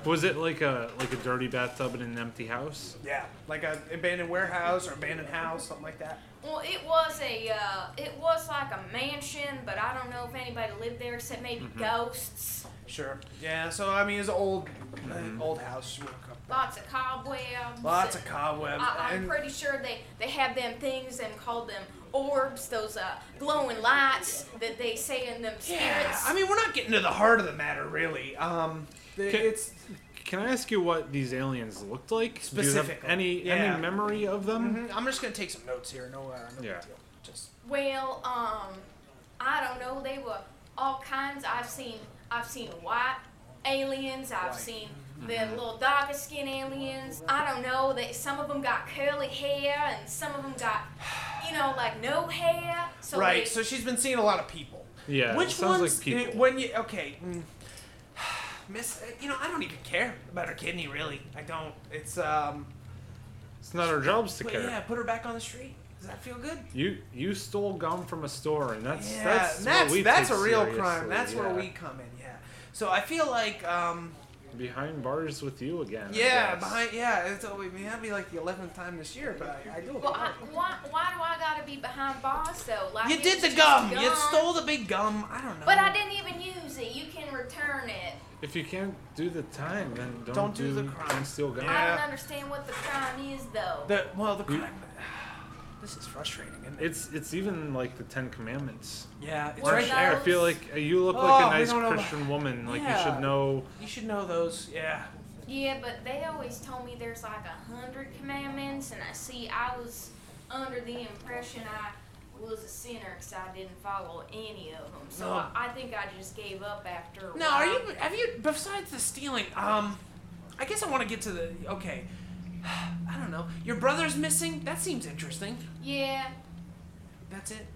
[SPEAKER 1] Was it like a like a dirty bathtub in an empty house?
[SPEAKER 2] Yeah, like a abandoned warehouse or abandoned house, something like that.
[SPEAKER 4] Well, it was a uh, it was like a mansion, but I don't know if anybody lived there except maybe
[SPEAKER 2] Mm-hmm.
[SPEAKER 4] ghosts.
[SPEAKER 2] Sure. Yeah. So I mean, it's old,
[SPEAKER 1] Mm-hmm.
[SPEAKER 2] uh, old house.
[SPEAKER 4] Lots of cobwebs.
[SPEAKER 2] Lots of cobwebs.
[SPEAKER 4] I, Uh, I'm
[SPEAKER 2] and-
[SPEAKER 4] pretty sure they, they have them things and called them orbs, those uh, glowing lights that they say in them spirits.
[SPEAKER 2] yeah. I mean, we're not getting to the heart of the matter, really. Um, the-
[SPEAKER 1] Can-
[SPEAKER 2] it's
[SPEAKER 1] Can I ask you what these aliens looked like? Do you have
[SPEAKER 2] Specifically,
[SPEAKER 1] any
[SPEAKER 2] yeah.
[SPEAKER 1] any memory of them?
[SPEAKER 2] Mhm, I'm just gonna take some notes here. No, uh, no big
[SPEAKER 1] Yeah.
[SPEAKER 2] deal. Just
[SPEAKER 4] Well, um, I don't know. They were all kinds. I've seen I've seen white aliens. I've
[SPEAKER 2] White. Mm-hmm.
[SPEAKER 4] seen the little darker skin aliens. I don't know. They some of them got curly hair and some of them got, you know, like no hair. So
[SPEAKER 2] right.
[SPEAKER 4] they-
[SPEAKER 2] So she's been seeing a lot of people.
[SPEAKER 1] Yeah,
[SPEAKER 2] Which
[SPEAKER 1] sounds like
[SPEAKER 2] ones? uh,
[SPEAKER 1] people.
[SPEAKER 2] When you okay, mm, Miss, uh, you know, I don't even care about her kidney. Really, I don't. It's um.
[SPEAKER 1] It's not our jobs to
[SPEAKER 2] But
[SPEAKER 1] care.
[SPEAKER 2] yeah, put her back on the street. Does that feel good?
[SPEAKER 1] You you stole gum from a store, and that's
[SPEAKER 2] yeah,
[SPEAKER 1] that's
[SPEAKER 2] and that's,
[SPEAKER 1] what we
[SPEAKER 2] that's
[SPEAKER 1] take
[SPEAKER 2] a real
[SPEAKER 1] seriously,
[SPEAKER 2] crime. That's where
[SPEAKER 1] yeah.
[SPEAKER 2] we come in. Yeah. So I feel like um.
[SPEAKER 1] behind bars with you again. I
[SPEAKER 2] Yeah,
[SPEAKER 1] guess.
[SPEAKER 2] behind. Yeah, it's, oh, I mean, that'd be like the eleventh time this year, but I, I do.
[SPEAKER 4] Well, I, why, why do I gotta be behind bars though? Like
[SPEAKER 2] you
[SPEAKER 4] it
[SPEAKER 2] did
[SPEAKER 4] was
[SPEAKER 2] the
[SPEAKER 4] just
[SPEAKER 2] gum. You stole the big gum. I don't know.
[SPEAKER 4] But I didn't even use it. You can return it.
[SPEAKER 1] If you can't do the time, then don't,
[SPEAKER 2] Don't do the crime.
[SPEAKER 1] Don't steal gum.
[SPEAKER 2] Yeah.
[SPEAKER 4] I don't understand what the crime is though.
[SPEAKER 2] The well, the
[SPEAKER 1] You-
[SPEAKER 2] crime. This is frustrating, isn't it?
[SPEAKER 1] It's it's even like the Ten Commandments.
[SPEAKER 2] yeah, it's
[SPEAKER 4] Or
[SPEAKER 2] right
[SPEAKER 4] that-
[SPEAKER 1] I
[SPEAKER 2] there.
[SPEAKER 4] Those-
[SPEAKER 1] feel like uh, you look
[SPEAKER 2] Oh,
[SPEAKER 1] like
[SPEAKER 2] we
[SPEAKER 1] a nice
[SPEAKER 2] don't know about-
[SPEAKER 1] Christian woman. Like you
[SPEAKER 2] Yeah.
[SPEAKER 1] should know.
[SPEAKER 2] You should know those. Yeah.
[SPEAKER 4] Yeah, but they always told me there's like a hundred commandments, and I see I was under the impression I was a sinner because I didn't follow any of them. So
[SPEAKER 2] No.
[SPEAKER 4] I, I think I just gave up after. a
[SPEAKER 2] No, are
[SPEAKER 4] while.
[SPEAKER 2] you? Have you? Besides the stealing, um, I guess I want to get to the. Okay. I don't know. Your brother's missing. That seems interesting.
[SPEAKER 4] Yeah,
[SPEAKER 2] That's it.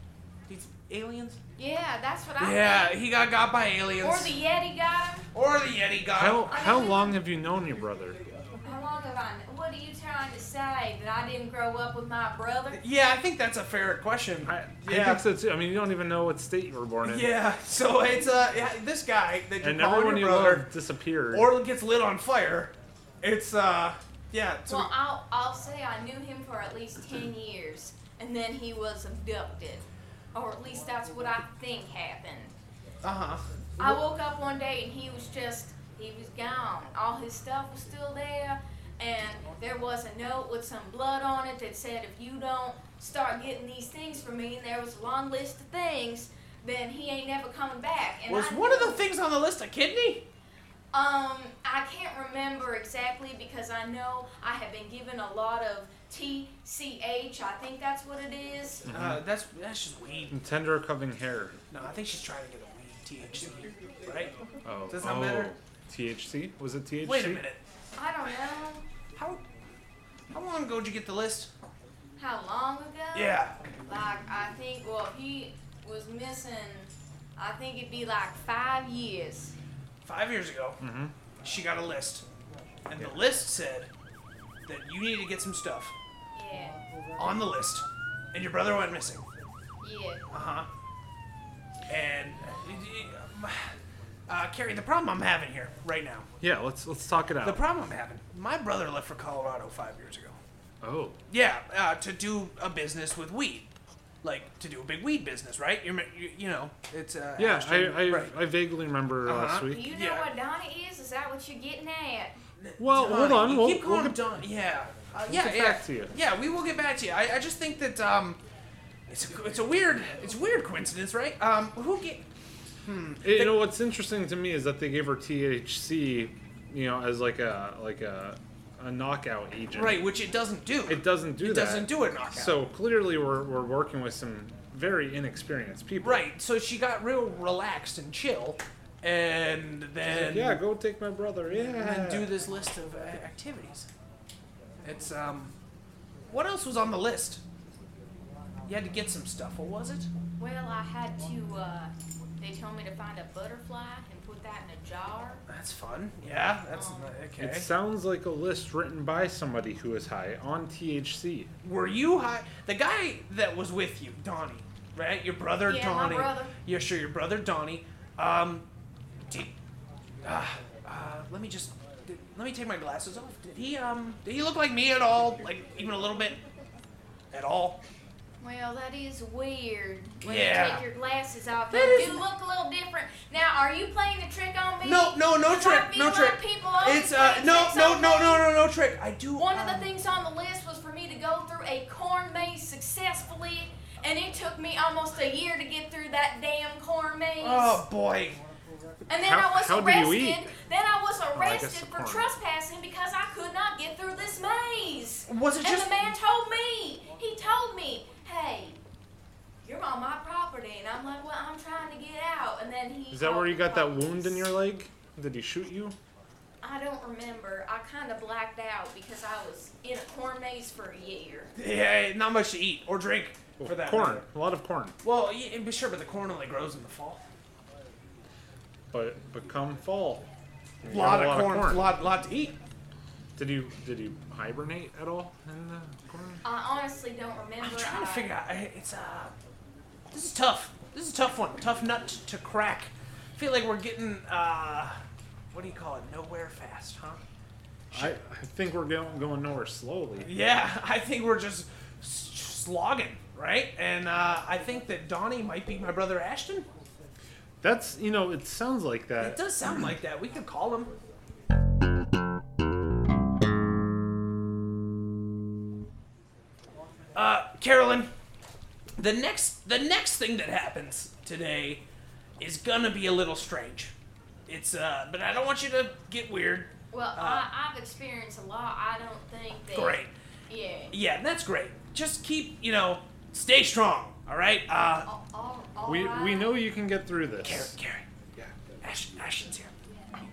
[SPEAKER 2] These aliens.
[SPEAKER 4] yeah, that's what I.
[SPEAKER 2] Yeah,
[SPEAKER 4] Think.
[SPEAKER 2] he got got by aliens.
[SPEAKER 4] Or the Yeti got him.
[SPEAKER 2] Or the Yeti guy.
[SPEAKER 1] How how long have you known your brother?
[SPEAKER 4] How long have I? kn- What are you trying to say that I didn't grow up with my brother?
[SPEAKER 2] Yeah, I think that's a fair question.
[SPEAKER 1] I, I
[SPEAKER 2] yeah.
[SPEAKER 1] think so too. I mean, you don't even know what state you were born in.
[SPEAKER 2] yeah. So it's uh yeah, this guy that you
[SPEAKER 1] And
[SPEAKER 2] call
[SPEAKER 1] everyone
[SPEAKER 2] your
[SPEAKER 1] you
[SPEAKER 2] brother
[SPEAKER 1] love disappeared.
[SPEAKER 2] or gets lit on fire. It's uh yeah. So
[SPEAKER 4] Well, I'll I'll say I knew him for at least ten years, and then he was abducted, or at least that's what I think happened.
[SPEAKER 2] uh huh.
[SPEAKER 4] I woke up one day and he was just he was gone. All his stuff was still there and there was a note with some blood on it that said if you don't start getting these things for me and there was a long list of things, then he ain't never coming back. And
[SPEAKER 2] Was
[SPEAKER 4] I
[SPEAKER 2] one of
[SPEAKER 4] knew-
[SPEAKER 2] the things on the list a kidney?
[SPEAKER 4] um, I can't remember exactly because I know I have been given a lot of TCH. I think that's what it is.
[SPEAKER 2] Uh, that's that's just weed.
[SPEAKER 1] And tender covering hair.
[SPEAKER 2] No, I think she's trying to get a weed THC, right?
[SPEAKER 1] Oh.
[SPEAKER 2] Does that
[SPEAKER 1] oh.
[SPEAKER 2] matter?
[SPEAKER 1] THC? Was it THC?
[SPEAKER 2] Wait a minute.
[SPEAKER 4] I don't know
[SPEAKER 2] How how long ago did you get the list?
[SPEAKER 4] how long ago.
[SPEAKER 2] Yeah.
[SPEAKER 4] Like I think, well, if he was missing. I think it'd be like five years.
[SPEAKER 2] Five years ago.
[SPEAKER 1] Mm-hmm.
[SPEAKER 2] She got a list, and the list said that you needed to get some stuff.
[SPEAKER 4] Yeah,
[SPEAKER 2] on the list, and your brother went missing.
[SPEAKER 4] yeah.
[SPEAKER 2] Uh
[SPEAKER 1] Uh-huh.
[SPEAKER 2] huh. And uh, Carrie, the problem I'm having here right now,
[SPEAKER 1] Yeah. Let's let's talk it out.
[SPEAKER 2] the problem I'm having, my brother left for Colorado five years ago.
[SPEAKER 1] oh.
[SPEAKER 2] Yeah, uh, to do a business with weed, like to do a big weed business, right? You're, you, you know, it's uh,
[SPEAKER 1] Yeah. I
[SPEAKER 2] Ashton-
[SPEAKER 1] I,
[SPEAKER 2] right.
[SPEAKER 1] I vaguely remember
[SPEAKER 2] Uh-huh.
[SPEAKER 1] last
[SPEAKER 4] Do
[SPEAKER 1] week.
[SPEAKER 4] you know
[SPEAKER 2] Yeah.
[SPEAKER 4] what Donna is? Is that what you're getting at?
[SPEAKER 1] Well, hold on.
[SPEAKER 2] You
[SPEAKER 1] We'll,
[SPEAKER 2] keep
[SPEAKER 1] we'll
[SPEAKER 2] calling
[SPEAKER 1] get-
[SPEAKER 2] Don. Yeah. Uh, yeah,
[SPEAKER 1] get
[SPEAKER 2] yeah.
[SPEAKER 1] back to you.
[SPEAKER 2] Yeah, we will get back to you. I, I just think that um, it's a, it's a weird it's a weird coincidence, right? Um, who get
[SPEAKER 1] You know what's interesting to me is that they gave her THC, you know, as like a like a a knockout agent.
[SPEAKER 2] right, which it doesn't do.
[SPEAKER 1] It doesn't do
[SPEAKER 2] It
[SPEAKER 1] that.
[SPEAKER 2] doesn't do a knockout.
[SPEAKER 1] So clearly, we're we're working with some very inexperienced people.
[SPEAKER 2] Right. So she got real relaxed and chill, and then
[SPEAKER 1] Yeah, go take my brother. Yeah.
[SPEAKER 2] and then do this list of uh, activities. It's um, what else was on the list? You had to get some stuff. What was it?
[SPEAKER 4] Well, I had to. Uh, they told me to find a butterfly and put that in a jar.
[SPEAKER 2] That's fun. Yeah. That's
[SPEAKER 4] Um,
[SPEAKER 2] okay.
[SPEAKER 1] It sounds like a list written by somebody who is high on THC.
[SPEAKER 2] Were you high? The guy that was with you, Donnie, right? Your brother,
[SPEAKER 4] Yeah, my
[SPEAKER 2] Donnie.
[SPEAKER 4] brother.
[SPEAKER 2] Yeah, sure. Your brother, Donnie. Um, did, uh, uh, let me just. let me take my glasses off. Did he um did he look like me at all? Like even a little bit? At all?
[SPEAKER 4] Well, that is weird. When
[SPEAKER 2] Yeah.
[SPEAKER 4] you take your glasses off,
[SPEAKER 2] That
[SPEAKER 4] you
[SPEAKER 2] is-
[SPEAKER 4] do look a little different. Now, are you playing the trick on me?
[SPEAKER 2] No, no, no
[SPEAKER 4] Because
[SPEAKER 2] trick,
[SPEAKER 4] I feel
[SPEAKER 2] no
[SPEAKER 4] like
[SPEAKER 2] trick.
[SPEAKER 4] People always
[SPEAKER 2] It's uh
[SPEAKER 4] play
[SPEAKER 2] no
[SPEAKER 4] tricks
[SPEAKER 2] no
[SPEAKER 4] on
[SPEAKER 2] no
[SPEAKER 4] me.
[SPEAKER 2] no no no trick. I do
[SPEAKER 4] One of
[SPEAKER 2] um,
[SPEAKER 4] the things on the list was for me to go through a corn maze successfully, and it took me almost a year to get through that damn corn maze.
[SPEAKER 2] Oh boy.
[SPEAKER 4] and then
[SPEAKER 1] How-
[SPEAKER 4] I was
[SPEAKER 1] how do you
[SPEAKER 4] arrested.
[SPEAKER 1] eat?
[SPEAKER 4] Then I was
[SPEAKER 1] Oh, I guess
[SPEAKER 4] arrested
[SPEAKER 1] the
[SPEAKER 4] for
[SPEAKER 1] corn.
[SPEAKER 4] trespassing because I could not get through this maze.
[SPEAKER 2] Was it
[SPEAKER 4] and
[SPEAKER 2] just
[SPEAKER 4] the man told me, he told me, hey, you're on my property. And I'm like, well, I'm trying to get out. And then he.
[SPEAKER 1] Is that
[SPEAKER 4] called
[SPEAKER 1] where you
[SPEAKER 4] the
[SPEAKER 1] got that
[SPEAKER 4] police.
[SPEAKER 1] wound in your leg? Did he shoot you?
[SPEAKER 4] I don't remember. I kind of blacked out because I was in a corn maze for a year.
[SPEAKER 2] Yeah, not much to eat or drink for that
[SPEAKER 1] Oh, corn.
[SPEAKER 2] matter.
[SPEAKER 1] A lot of corn.
[SPEAKER 2] Well, yeah, and be sure, but the corn only grows in the fall.
[SPEAKER 1] But but come fall.
[SPEAKER 2] A lot,
[SPEAKER 1] a
[SPEAKER 2] of
[SPEAKER 1] lot of
[SPEAKER 2] corn,
[SPEAKER 1] corn.
[SPEAKER 2] lot, lot to eat.
[SPEAKER 1] Did you did you hibernate at all in the corn?
[SPEAKER 4] I honestly don't remember.
[SPEAKER 2] I'm trying
[SPEAKER 4] I,
[SPEAKER 2] to figure out. I- It's uh, this is tough. This is a tough one. Tough nut t- to crack. I feel like we're getting uh, what do you call it? Nowhere fast, huh?
[SPEAKER 1] I, I think we're going going nowhere slowly.
[SPEAKER 2] Yeah, I think we're just s- slogging, right? And uh, I think that Donnie might be my brother Ashton.
[SPEAKER 1] That's you know it sounds like
[SPEAKER 2] It
[SPEAKER 1] that.
[SPEAKER 2] does sound like that. We could call him. Uh, Carolyn, the next the next thing that happens today is gonna be a little strange. It's uh, but I don't want you to get weird.
[SPEAKER 4] Well, I, I've experienced a lot. I don't think that.
[SPEAKER 2] uh, Great.
[SPEAKER 4] Yeah.
[SPEAKER 2] Yeah, that's great. Just keep you know, stay strong. All right. Uh,
[SPEAKER 4] All, all, all
[SPEAKER 1] We we
[SPEAKER 4] right.
[SPEAKER 1] know you can get through this.
[SPEAKER 2] Karen, Karen,
[SPEAKER 1] Yeah,
[SPEAKER 2] Ash, Ashton's here.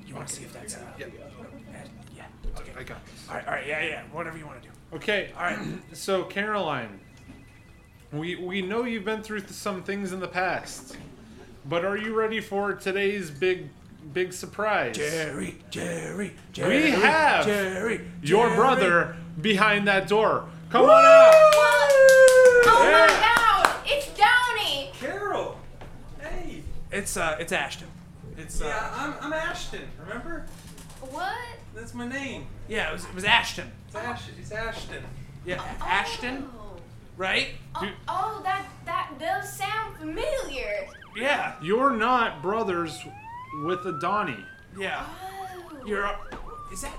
[SPEAKER 2] You want to see if that's uh,
[SPEAKER 1] yeah,
[SPEAKER 2] Ash- yeah. Okay.
[SPEAKER 1] I got this.
[SPEAKER 2] All right, all right, yeah, yeah, whatever you want to do.
[SPEAKER 1] Okay,
[SPEAKER 2] All right.
[SPEAKER 1] so Caroline, we we know you've been through th- some things in the past, but are you ready for today's big big surprise?
[SPEAKER 2] Jerry, Jerry, Jerry.
[SPEAKER 1] We have
[SPEAKER 2] Jerry,
[SPEAKER 1] your
[SPEAKER 2] Jerry.
[SPEAKER 1] brother behind that door. Come on out.
[SPEAKER 4] Oh my
[SPEAKER 1] Yeah.
[SPEAKER 4] God! It's Donnie.
[SPEAKER 5] Carol! Hey!
[SPEAKER 2] It's uh, it's Ashton. It's uh,
[SPEAKER 5] Yeah,
[SPEAKER 2] yeah,
[SPEAKER 5] I'm, I'm Ashton, remember?
[SPEAKER 4] What?
[SPEAKER 5] That's my name.
[SPEAKER 2] it, was, it was Ashton.
[SPEAKER 5] It's Ashton. It's Ashton.
[SPEAKER 2] Yeah, Ashton,
[SPEAKER 4] Oh.
[SPEAKER 2] right?
[SPEAKER 4] Oh, oh, that that does sound familiar.
[SPEAKER 2] Yeah,
[SPEAKER 1] You're not brothers with a Donnie.
[SPEAKER 2] yeah.
[SPEAKER 4] Oh.
[SPEAKER 2] You're. Is that?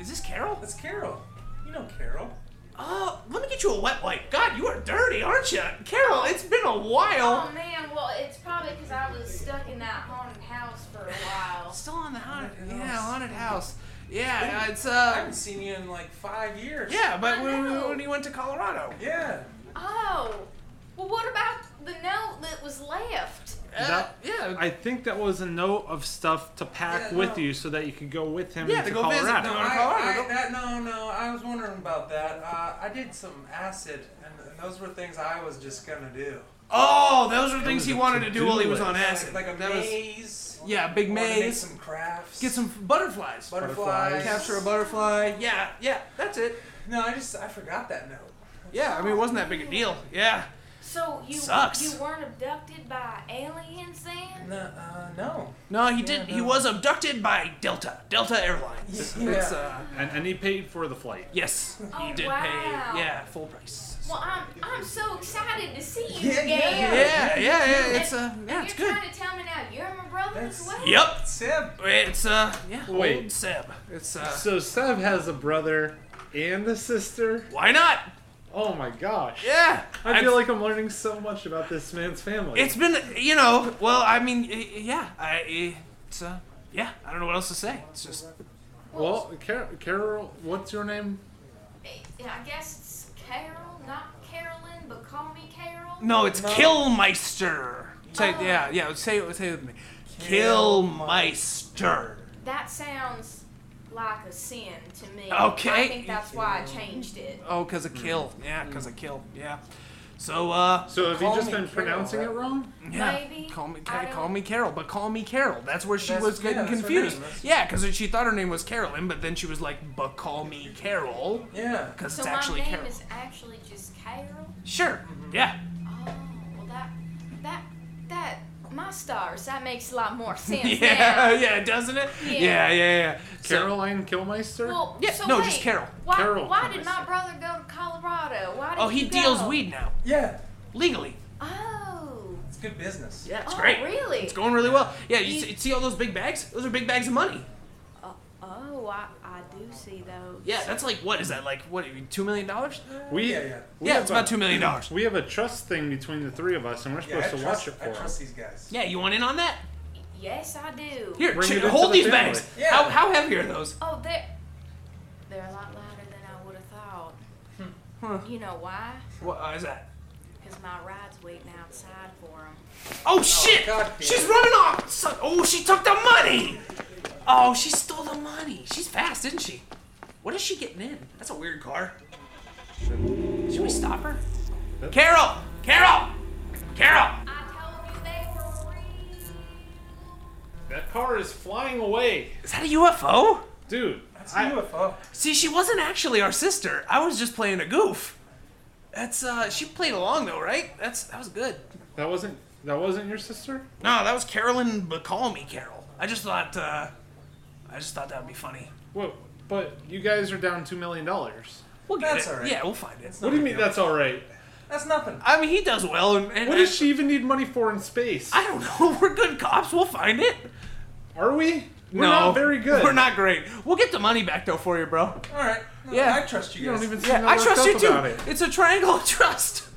[SPEAKER 2] Is this Carol?
[SPEAKER 5] That's Carol. You know Carol.
[SPEAKER 2] Uh, let me get you a wet wipe. God, you are dirty, aren't you, Carol? It's been a while.
[SPEAKER 4] Oh man, well it's probably because I was stuck in that haunted house for a while.
[SPEAKER 2] Still on the haunted.
[SPEAKER 5] Haunted
[SPEAKER 2] Yeah,
[SPEAKER 5] house.
[SPEAKER 2] haunted house. Yeah, it's
[SPEAKER 5] I
[SPEAKER 2] uh.
[SPEAKER 5] haven't seen you in like five years.
[SPEAKER 2] Yeah, but
[SPEAKER 4] I
[SPEAKER 2] when,
[SPEAKER 4] know.
[SPEAKER 2] when you went to Colorado.
[SPEAKER 5] Yeah.
[SPEAKER 4] Oh, well what about the note that was left?
[SPEAKER 2] Uh,
[SPEAKER 1] That-
[SPEAKER 2] yeah.
[SPEAKER 1] I think that was a note of stuff to pack
[SPEAKER 5] Yeah,
[SPEAKER 1] with
[SPEAKER 5] no.
[SPEAKER 1] you so that you could go with him
[SPEAKER 2] Yeah,
[SPEAKER 1] to
[SPEAKER 2] to go visit
[SPEAKER 1] Colorado.
[SPEAKER 5] No,
[SPEAKER 2] Going to
[SPEAKER 5] I,
[SPEAKER 2] Colorado.
[SPEAKER 5] I, that, no, no. I was wondering about that. Uh, I did some acid, and, and those were things I was just gonna do.
[SPEAKER 2] Oh, those were things
[SPEAKER 1] was
[SPEAKER 2] he
[SPEAKER 1] a
[SPEAKER 2] wanted to do while he
[SPEAKER 1] to-do
[SPEAKER 2] was on
[SPEAKER 1] list.
[SPEAKER 2] acid.
[SPEAKER 5] Like, like a
[SPEAKER 2] that was,
[SPEAKER 5] maze.
[SPEAKER 2] yeah, big
[SPEAKER 5] wanted to Make
[SPEAKER 2] maze.
[SPEAKER 5] some crafts.
[SPEAKER 2] Get some butterflies.
[SPEAKER 5] butterflies.
[SPEAKER 1] butterflies.
[SPEAKER 2] Capture a butterfly. Yeah, yeah, that's it.
[SPEAKER 5] No, I just I forgot that note.
[SPEAKER 2] Yeah, I mean, it wasn't that big a deal. Yeah.
[SPEAKER 4] So you
[SPEAKER 2] Sucks.
[SPEAKER 4] you weren't abducted by aliens then?
[SPEAKER 5] No, uh, no.
[SPEAKER 2] No, he did.
[SPEAKER 5] Yeah,
[SPEAKER 2] He
[SPEAKER 5] no.
[SPEAKER 2] was abducted by Delta. Delta Airlines.
[SPEAKER 5] Yeah.
[SPEAKER 2] It's, uh,
[SPEAKER 1] And, and he paid for the flight.
[SPEAKER 2] yes, he
[SPEAKER 4] Oh,
[SPEAKER 2] did
[SPEAKER 4] wow.
[SPEAKER 2] pay. Yeah, full price.
[SPEAKER 4] Well I'm I'm so excited to see you
[SPEAKER 5] Yeah, yeah,
[SPEAKER 4] again.
[SPEAKER 2] Yeah, yeah, yeah. It's uh, yeah,
[SPEAKER 4] And
[SPEAKER 2] it's
[SPEAKER 4] you're
[SPEAKER 2] good.
[SPEAKER 4] trying to tell me now you're my brother as
[SPEAKER 5] That's-
[SPEAKER 4] well?
[SPEAKER 2] Yep.
[SPEAKER 5] Sib.
[SPEAKER 2] It's uh, yeah.
[SPEAKER 1] Wait.
[SPEAKER 2] Old Seb. It's uh.
[SPEAKER 1] So Seb has a brother and a sister.
[SPEAKER 2] Why not?
[SPEAKER 1] Oh my gosh.
[SPEAKER 2] Yeah.
[SPEAKER 1] I
[SPEAKER 2] I've-
[SPEAKER 1] feel like I'm learning so much about this man's family.
[SPEAKER 2] It's been, you know, well, I mean, y- yeah, I, i- it's, uh, yeah, I don't know what else to say. It's just,
[SPEAKER 1] well, Car- Carol, what's your name?
[SPEAKER 4] eh, I guess it's Carol, not Carolyn, but call me Carol.
[SPEAKER 2] no, it's
[SPEAKER 5] No.
[SPEAKER 2] Killmeister. Say,
[SPEAKER 4] Oh.
[SPEAKER 2] yeah, yeah, say, it- say it with me. Killmeister.
[SPEAKER 4] That sounds like a sin to me.
[SPEAKER 2] Okay.
[SPEAKER 4] I think that's why I changed it.
[SPEAKER 2] Oh, 'cause of kill. Yeah, 'cause of kill. Yeah. So, uh,
[SPEAKER 1] So have you
[SPEAKER 5] Call
[SPEAKER 1] just
[SPEAKER 5] me
[SPEAKER 1] been
[SPEAKER 5] Carol,
[SPEAKER 1] pronouncing
[SPEAKER 5] right?
[SPEAKER 1] it wrong?
[SPEAKER 2] yeah.
[SPEAKER 4] Maybe.
[SPEAKER 2] Call me,
[SPEAKER 4] I
[SPEAKER 2] ca- call
[SPEAKER 4] don't-
[SPEAKER 2] me Carol, but call me Carol. That's where she
[SPEAKER 5] That's-
[SPEAKER 2] was
[SPEAKER 5] yeah,
[SPEAKER 2] getting
[SPEAKER 5] that's her name,
[SPEAKER 2] confused.
[SPEAKER 5] that's-
[SPEAKER 2] Yeah, 'cause she thought her name was Carolyn, but then she was like, but call me Carol,
[SPEAKER 5] Yeah.
[SPEAKER 2] 'cause
[SPEAKER 4] So
[SPEAKER 2] it's
[SPEAKER 4] my
[SPEAKER 2] actually
[SPEAKER 4] name
[SPEAKER 2] Carol.
[SPEAKER 4] is actually just Carol.
[SPEAKER 2] Sure. Yeah.
[SPEAKER 4] Oh, well that that that My stars, that makes a lot more sense
[SPEAKER 2] yeah,
[SPEAKER 4] now.
[SPEAKER 2] yeah, doesn't it?
[SPEAKER 4] Yeah.
[SPEAKER 2] Yeah, yeah, yeah. So-
[SPEAKER 1] Caroline Killmeister?
[SPEAKER 4] Well,
[SPEAKER 2] Yeah,
[SPEAKER 4] so
[SPEAKER 2] no,
[SPEAKER 4] wait,
[SPEAKER 2] just Carol.
[SPEAKER 4] Why,
[SPEAKER 1] Carol
[SPEAKER 4] why did my
[SPEAKER 1] Thomas.
[SPEAKER 4] brother go to Colorado? Why did
[SPEAKER 2] oh, he
[SPEAKER 4] go?
[SPEAKER 2] deals weed now,
[SPEAKER 5] Yeah,
[SPEAKER 2] legally.
[SPEAKER 4] Oh,
[SPEAKER 5] it's good business.
[SPEAKER 2] Yeah, it's
[SPEAKER 4] oh,
[SPEAKER 2] great.
[SPEAKER 4] Really?
[SPEAKER 2] It's going really well. Yeah, you
[SPEAKER 4] He-
[SPEAKER 2] see, see all those big bags? Those are big bags of money.
[SPEAKER 4] Uh, oh, I, I do see those.
[SPEAKER 2] Yeah, that's like what is that like? What two million dollars?
[SPEAKER 1] we,
[SPEAKER 5] Yeah, yeah.
[SPEAKER 1] we
[SPEAKER 2] Yeah,
[SPEAKER 1] have
[SPEAKER 2] it's
[SPEAKER 1] a-
[SPEAKER 2] about two million dollars.
[SPEAKER 1] We have a trust thing between the three of us, and we're
[SPEAKER 5] Yeah, I
[SPEAKER 1] supposed to
[SPEAKER 5] trust,
[SPEAKER 1] watch it
[SPEAKER 5] I
[SPEAKER 1] for him.
[SPEAKER 5] trust these guys.
[SPEAKER 2] Yeah, you want in on that?
[SPEAKER 4] Yes, I do.
[SPEAKER 2] Here,
[SPEAKER 1] Bring
[SPEAKER 2] ch-
[SPEAKER 1] it into
[SPEAKER 2] hold
[SPEAKER 1] the
[SPEAKER 2] these bags.
[SPEAKER 5] family. Yeah.
[SPEAKER 2] How, how heavy are those?
[SPEAKER 4] Oh, they're they're a lot louder than I would have thought.
[SPEAKER 2] Huh.
[SPEAKER 4] You know why?
[SPEAKER 2] What uh, is that?
[SPEAKER 4] Because my ride's waiting outside for them.
[SPEAKER 2] Oh shit!
[SPEAKER 5] God damn.
[SPEAKER 2] She's running off. So- oh, she took the money. Oh, she stole the money. She's fast, isn't she? What is she getting in? That's a weird car. Should we stop her? Carol, Carol, Carol.
[SPEAKER 4] I told you they were free.
[SPEAKER 1] That car is flying away.
[SPEAKER 2] Is that a UFO?
[SPEAKER 1] Dude,
[SPEAKER 5] It's a
[SPEAKER 1] I-
[SPEAKER 5] UFO.
[SPEAKER 2] See, she wasn't actually our sister. I was just playing a goof. That's uh, she played along though, right? That's that was good.
[SPEAKER 1] that wasn't that wasn't your sister?
[SPEAKER 2] No, that was Carolyn. But call me Carol. I just thought, uh, I just thought that would be funny.
[SPEAKER 1] Well, but you guys are down two million dollars.
[SPEAKER 2] We'll get
[SPEAKER 5] That's
[SPEAKER 2] it.
[SPEAKER 5] all right.
[SPEAKER 2] Yeah, we'll find it.
[SPEAKER 1] What do you mean that's all right?
[SPEAKER 5] That's nothing.
[SPEAKER 2] I mean, he does well. And, and
[SPEAKER 1] What does she even need money for in space?
[SPEAKER 2] I don't know. We're good cops. We'll find it.
[SPEAKER 1] Are we? We're
[SPEAKER 2] no,
[SPEAKER 1] not very good.
[SPEAKER 2] We're not great. We'll get the money back though for you, bro.
[SPEAKER 5] All right. No,
[SPEAKER 2] Yeah.
[SPEAKER 5] I trust you
[SPEAKER 1] You
[SPEAKER 5] guys.
[SPEAKER 1] don't even seem
[SPEAKER 2] Yeah,
[SPEAKER 1] that
[SPEAKER 2] I
[SPEAKER 1] worked
[SPEAKER 2] trust
[SPEAKER 1] up
[SPEAKER 2] you too.
[SPEAKER 1] about it.
[SPEAKER 2] It's a triangle of trust.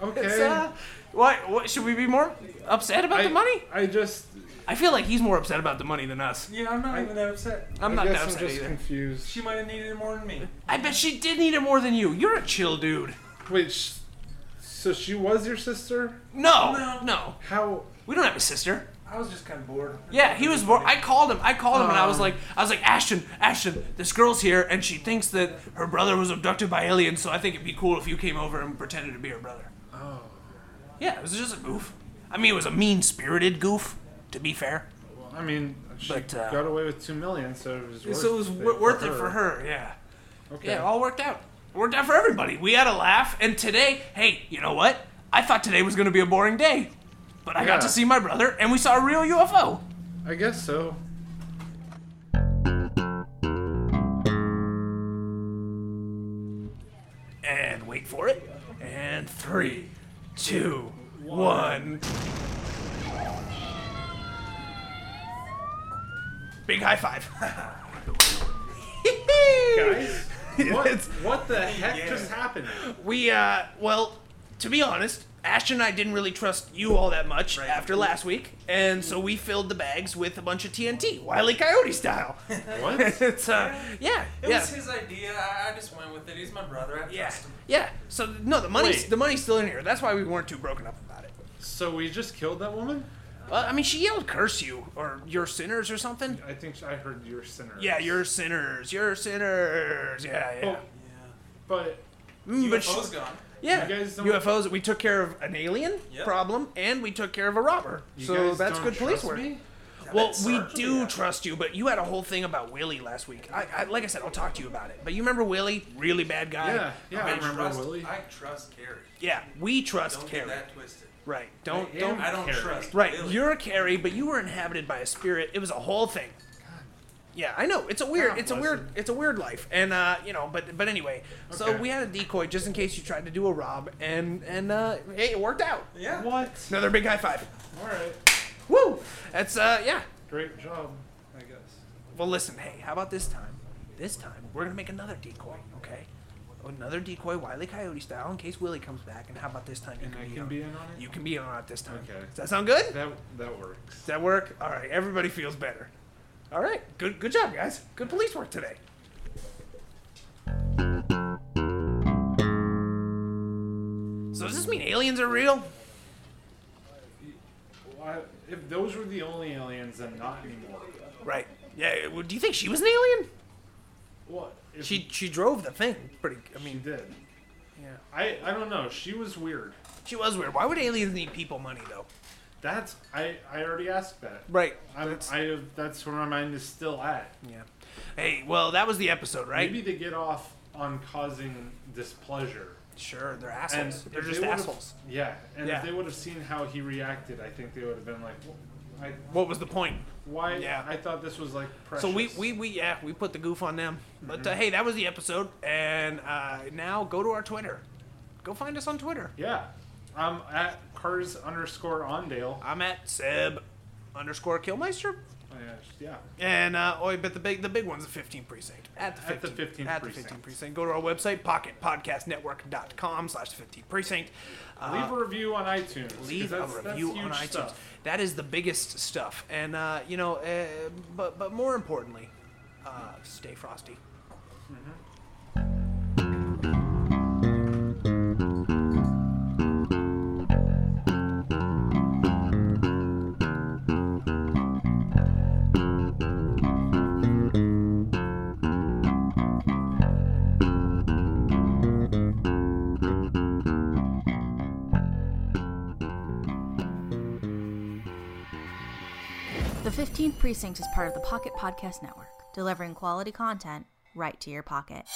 [SPEAKER 1] Okay.
[SPEAKER 2] It's, uh, what? What should we be more upset about
[SPEAKER 1] I,
[SPEAKER 2] the money?
[SPEAKER 1] I just.
[SPEAKER 2] I feel like he's more upset about the money than us.
[SPEAKER 5] Yeah, I'm not
[SPEAKER 1] I-
[SPEAKER 5] even that upset.
[SPEAKER 2] I'm
[SPEAKER 1] I
[SPEAKER 2] not that
[SPEAKER 1] guess I'm
[SPEAKER 2] upset
[SPEAKER 1] just
[SPEAKER 2] either.
[SPEAKER 1] confused.
[SPEAKER 5] She might have needed it more than me.
[SPEAKER 2] I bet she did need it more than you. You're a chill dude.
[SPEAKER 1] Wait, sh- so she was your sister?
[SPEAKER 2] No,
[SPEAKER 5] No.
[SPEAKER 2] no,
[SPEAKER 1] How?
[SPEAKER 2] We don't have a sister.
[SPEAKER 5] I was just kind of bored.
[SPEAKER 2] Yeah, he was. wor- I called him. I called him, and I
[SPEAKER 1] Um.
[SPEAKER 2] was like, I was like, Ashton, Ashton, this girl's here, and she thinks that her brother was abducted by aliens. So I think it'd be cool if you came over and pretended to be her brother. Oh. Yeah, it was just a goof. I mean, it was a mean-spirited goof, to be fair.
[SPEAKER 1] Well, I mean, she
[SPEAKER 2] But, uh,
[SPEAKER 1] got away with two million, so it was worth
[SPEAKER 2] so it was wor- worth it for her. Yeah.
[SPEAKER 1] Okay.
[SPEAKER 2] Yeah, it all worked out. It worked out for everybody. We had a laugh, and today, hey, you know what? I thought today was going to be a boring day, but I
[SPEAKER 1] Yeah.
[SPEAKER 2] got to see my brother, and we saw a real UFO.
[SPEAKER 1] I guess so.
[SPEAKER 2] And wait for it. And three, two, one. Big high five.
[SPEAKER 1] Guys, what,
[SPEAKER 2] It's-
[SPEAKER 1] what the heck just happened?
[SPEAKER 2] We, uh, well, to be honest, Ashton and I didn't really trust you all that much after last week, and so we filled the bags with a bunch of TNT, Wiley E. Coyote style.
[SPEAKER 1] What?
[SPEAKER 2] it's, uh, yeah,
[SPEAKER 5] It
[SPEAKER 2] yeah.
[SPEAKER 5] was his idea. I, I just went with it. He's my brother. I
[SPEAKER 2] yeah,
[SPEAKER 5] trust him.
[SPEAKER 2] yeah. So no, the money's
[SPEAKER 1] Wait.
[SPEAKER 2] the money's still in here. That's why we weren't too broken up about it.
[SPEAKER 1] so we just killed that woman?
[SPEAKER 2] Well, I mean, she yelled "curse you" or "you're sinners" or something.
[SPEAKER 1] I think sh- I heard you're sinner.
[SPEAKER 2] Yeah, you're sinners. You're sinners. Yeah, yeah.
[SPEAKER 1] Well, But
[SPEAKER 2] Mm, but she-
[SPEAKER 5] UFO's gone.
[SPEAKER 2] yeah,
[SPEAKER 1] you guys don't-
[SPEAKER 2] UFOs. We took care of an alien
[SPEAKER 5] Yep.
[SPEAKER 2] problem, and we took care of a robber.
[SPEAKER 1] you
[SPEAKER 2] so
[SPEAKER 1] guys
[SPEAKER 2] that's
[SPEAKER 1] don't
[SPEAKER 2] good police
[SPEAKER 1] trust
[SPEAKER 2] work.
[SPEAKER 1] me?
[SPEAKER 2] Well,
[SPEAKER 5] That's
[SPEAKER 2] we
[SPEAKER 5] certainly
[SPEAKER 2] do
[SPEAKER 5] happened.
[SPEAKER 2] trust you, but you had a whole thing about Willie last week. I, I, like I said, I'll talk to you about it. But you remember Willie? Really bad guy.
[SPEAKER 1] Yeah, yeah, I, remember
[SPEAKER 5] trust,
[SPEAKER 1] Willie.
[SPEAKER 5] I trust Carrie.
[SPEAKER 2] Yeah, we trust
[SPEAKER 5] Don't
[SPEAKER 2] Carrie.
[SPEAKER 5] get that twisted.
[SPEAKER 2] Right. Don't
[SPEAKER 1] I am
[SPEAKER 2] don't
[SPEAKER 5] I don't
[SPEAKER 1] Carrie.
[SPEAKER 5] trust.
[SPEAKER 2] Right,
[SPEAKER 5] Willie.
[SPEAKER 2] you're a carry, but you were inhabited by a spirit. It was a whole thing. Yeah, I know. It's a weird.
[SPEAKER 1] God
[SPEAKER 2] It's a
[SPEAKER 1] bless
[SPEAKER 2] weird.
[SPEAKER 1] him.
[SPEAKER 2] It's a weird life, and uh, you know. But but anyway, so
[SPEAKER 1] Okay.
[SPEAKER 2] we had a decoy just in case you tried to do a rob, and and uh, hey, it worked out.
[SPEAKER 5] Yeah.
[SPEAKER 1] What?
[SPEAKER 2] Another big high five.
[SPEAKER 1] All right.
[SPEAKER 2] Woo! That's uh yeah.
[SPEAKER 1] Great job, I guess.
[SPEAKER 2] Well, listen, hey, how about this time? This time we're gonna make another decoy, okay? Another decoy, Wiley Coyote style, in case Willie comes back. And how about this time? You
[SPEAKER 1] And I can be in on it?
[SPEAKER 2] You can be in on it this time.
[SPEAKER 1] Okay.
[SPEAKER 2] Does that sound good?
[SPEAKER 1] That that works.
[SPEAKER 2] Does that work? All right, everybody feels better. All right, good good job, guys. Good police work today. So does this mean aliens are real?
[SPEAKER 1] Why- If those were the only aliens, then not anymore.
[SPEAKER 2] Right. Yeah. well, Do you think she was an alien?
[SPEAKER 1] What? If
[SPEAKER 2] She she drove the thing pretty. I
[SPEAKER 1] she
[SPEAKER 2] mean,
[SPEAKER 1] did.
[SPEAKER 2] yeah.
[SPEAKER 1] I I don't know. She was weird.
[SPEAKER 2] She was weird. Why would aliens need people money though?
[SPEAKER 1] That's I I already asked that.
[SPEAKER 2] Right.
[SPEAKER 1] I'm,
[SPEAKER 2] That's-
[SPEAKER 1] I have- that's where my mind is still at.
[SPEAKER 2] yeah. Hey, well, that was the episode, right?
[SPEAKER 1] Maybe to get off on causing displeasure.
[SPEAKER 2] Sure, they're
[SPEAKER 1] And
[SPEAKER 2] assholes.
[SPEAKER 1] if
[SPEAKER 2] they're
[SPEAKER 1] they
[SPEAKER 2] just
[SPEAKER 1] would've-
[SPEAKER 2] assholes.
[SPEAKER 1] Yeah, and
[SPEAKER 2] Yeah.
[SPEAKER 1] if they would have seen how he reacted, I think they would have been like, "Wh- I,
[SPEAKER 2] What was the point?
[SPEAKER 1] "Why?
[SPEAKER 2] Yeah.
[SPEAKER 1] I thought this was like precious."
[SPEAKER 2] So we, we, we yeah we put the goof on them. But uh, hey, that was the episode, and uh, now go to our Twitter. Go find us on Twitter.
[SPEAKER 1] yeah, I'm at cars underscore ondale.
[SPEAKER 2] I'm at Seb underscore Killmeister,
[SPEAKER 1] Oh, yeah, just- yeah,
[SPEAKER 2] and uh, oh, I bet the big the big one's the 15 precinct at the 15
[SPEAKER 1] At the 15th
[SPEAKER 2] at the 15
[SPEAKER 1] precinct.
[SPEAKER 2] precinct. Go to our website pocketpodcastnetwork.com slash 15 precinct. Uh,
[SPEAKER 1] leave a review on iTunes. 'cause
[SPEAKER 2] leave a
[SPEAKER 1] that's- that's
[SPEAKER 2] review on
[SPEAKER 1] huge
[SPEAKER 2] iTunes.
[SPEAKER 1] stuff.
[SPEAKER 2] That is the biggest stuff, and uh, you know, uh, but but more importantly, uh, stay frosty.
[SPEAKER 6] The 15th Precinct is part of the Pocket Podcast Network, delivering quality content right to your pocket.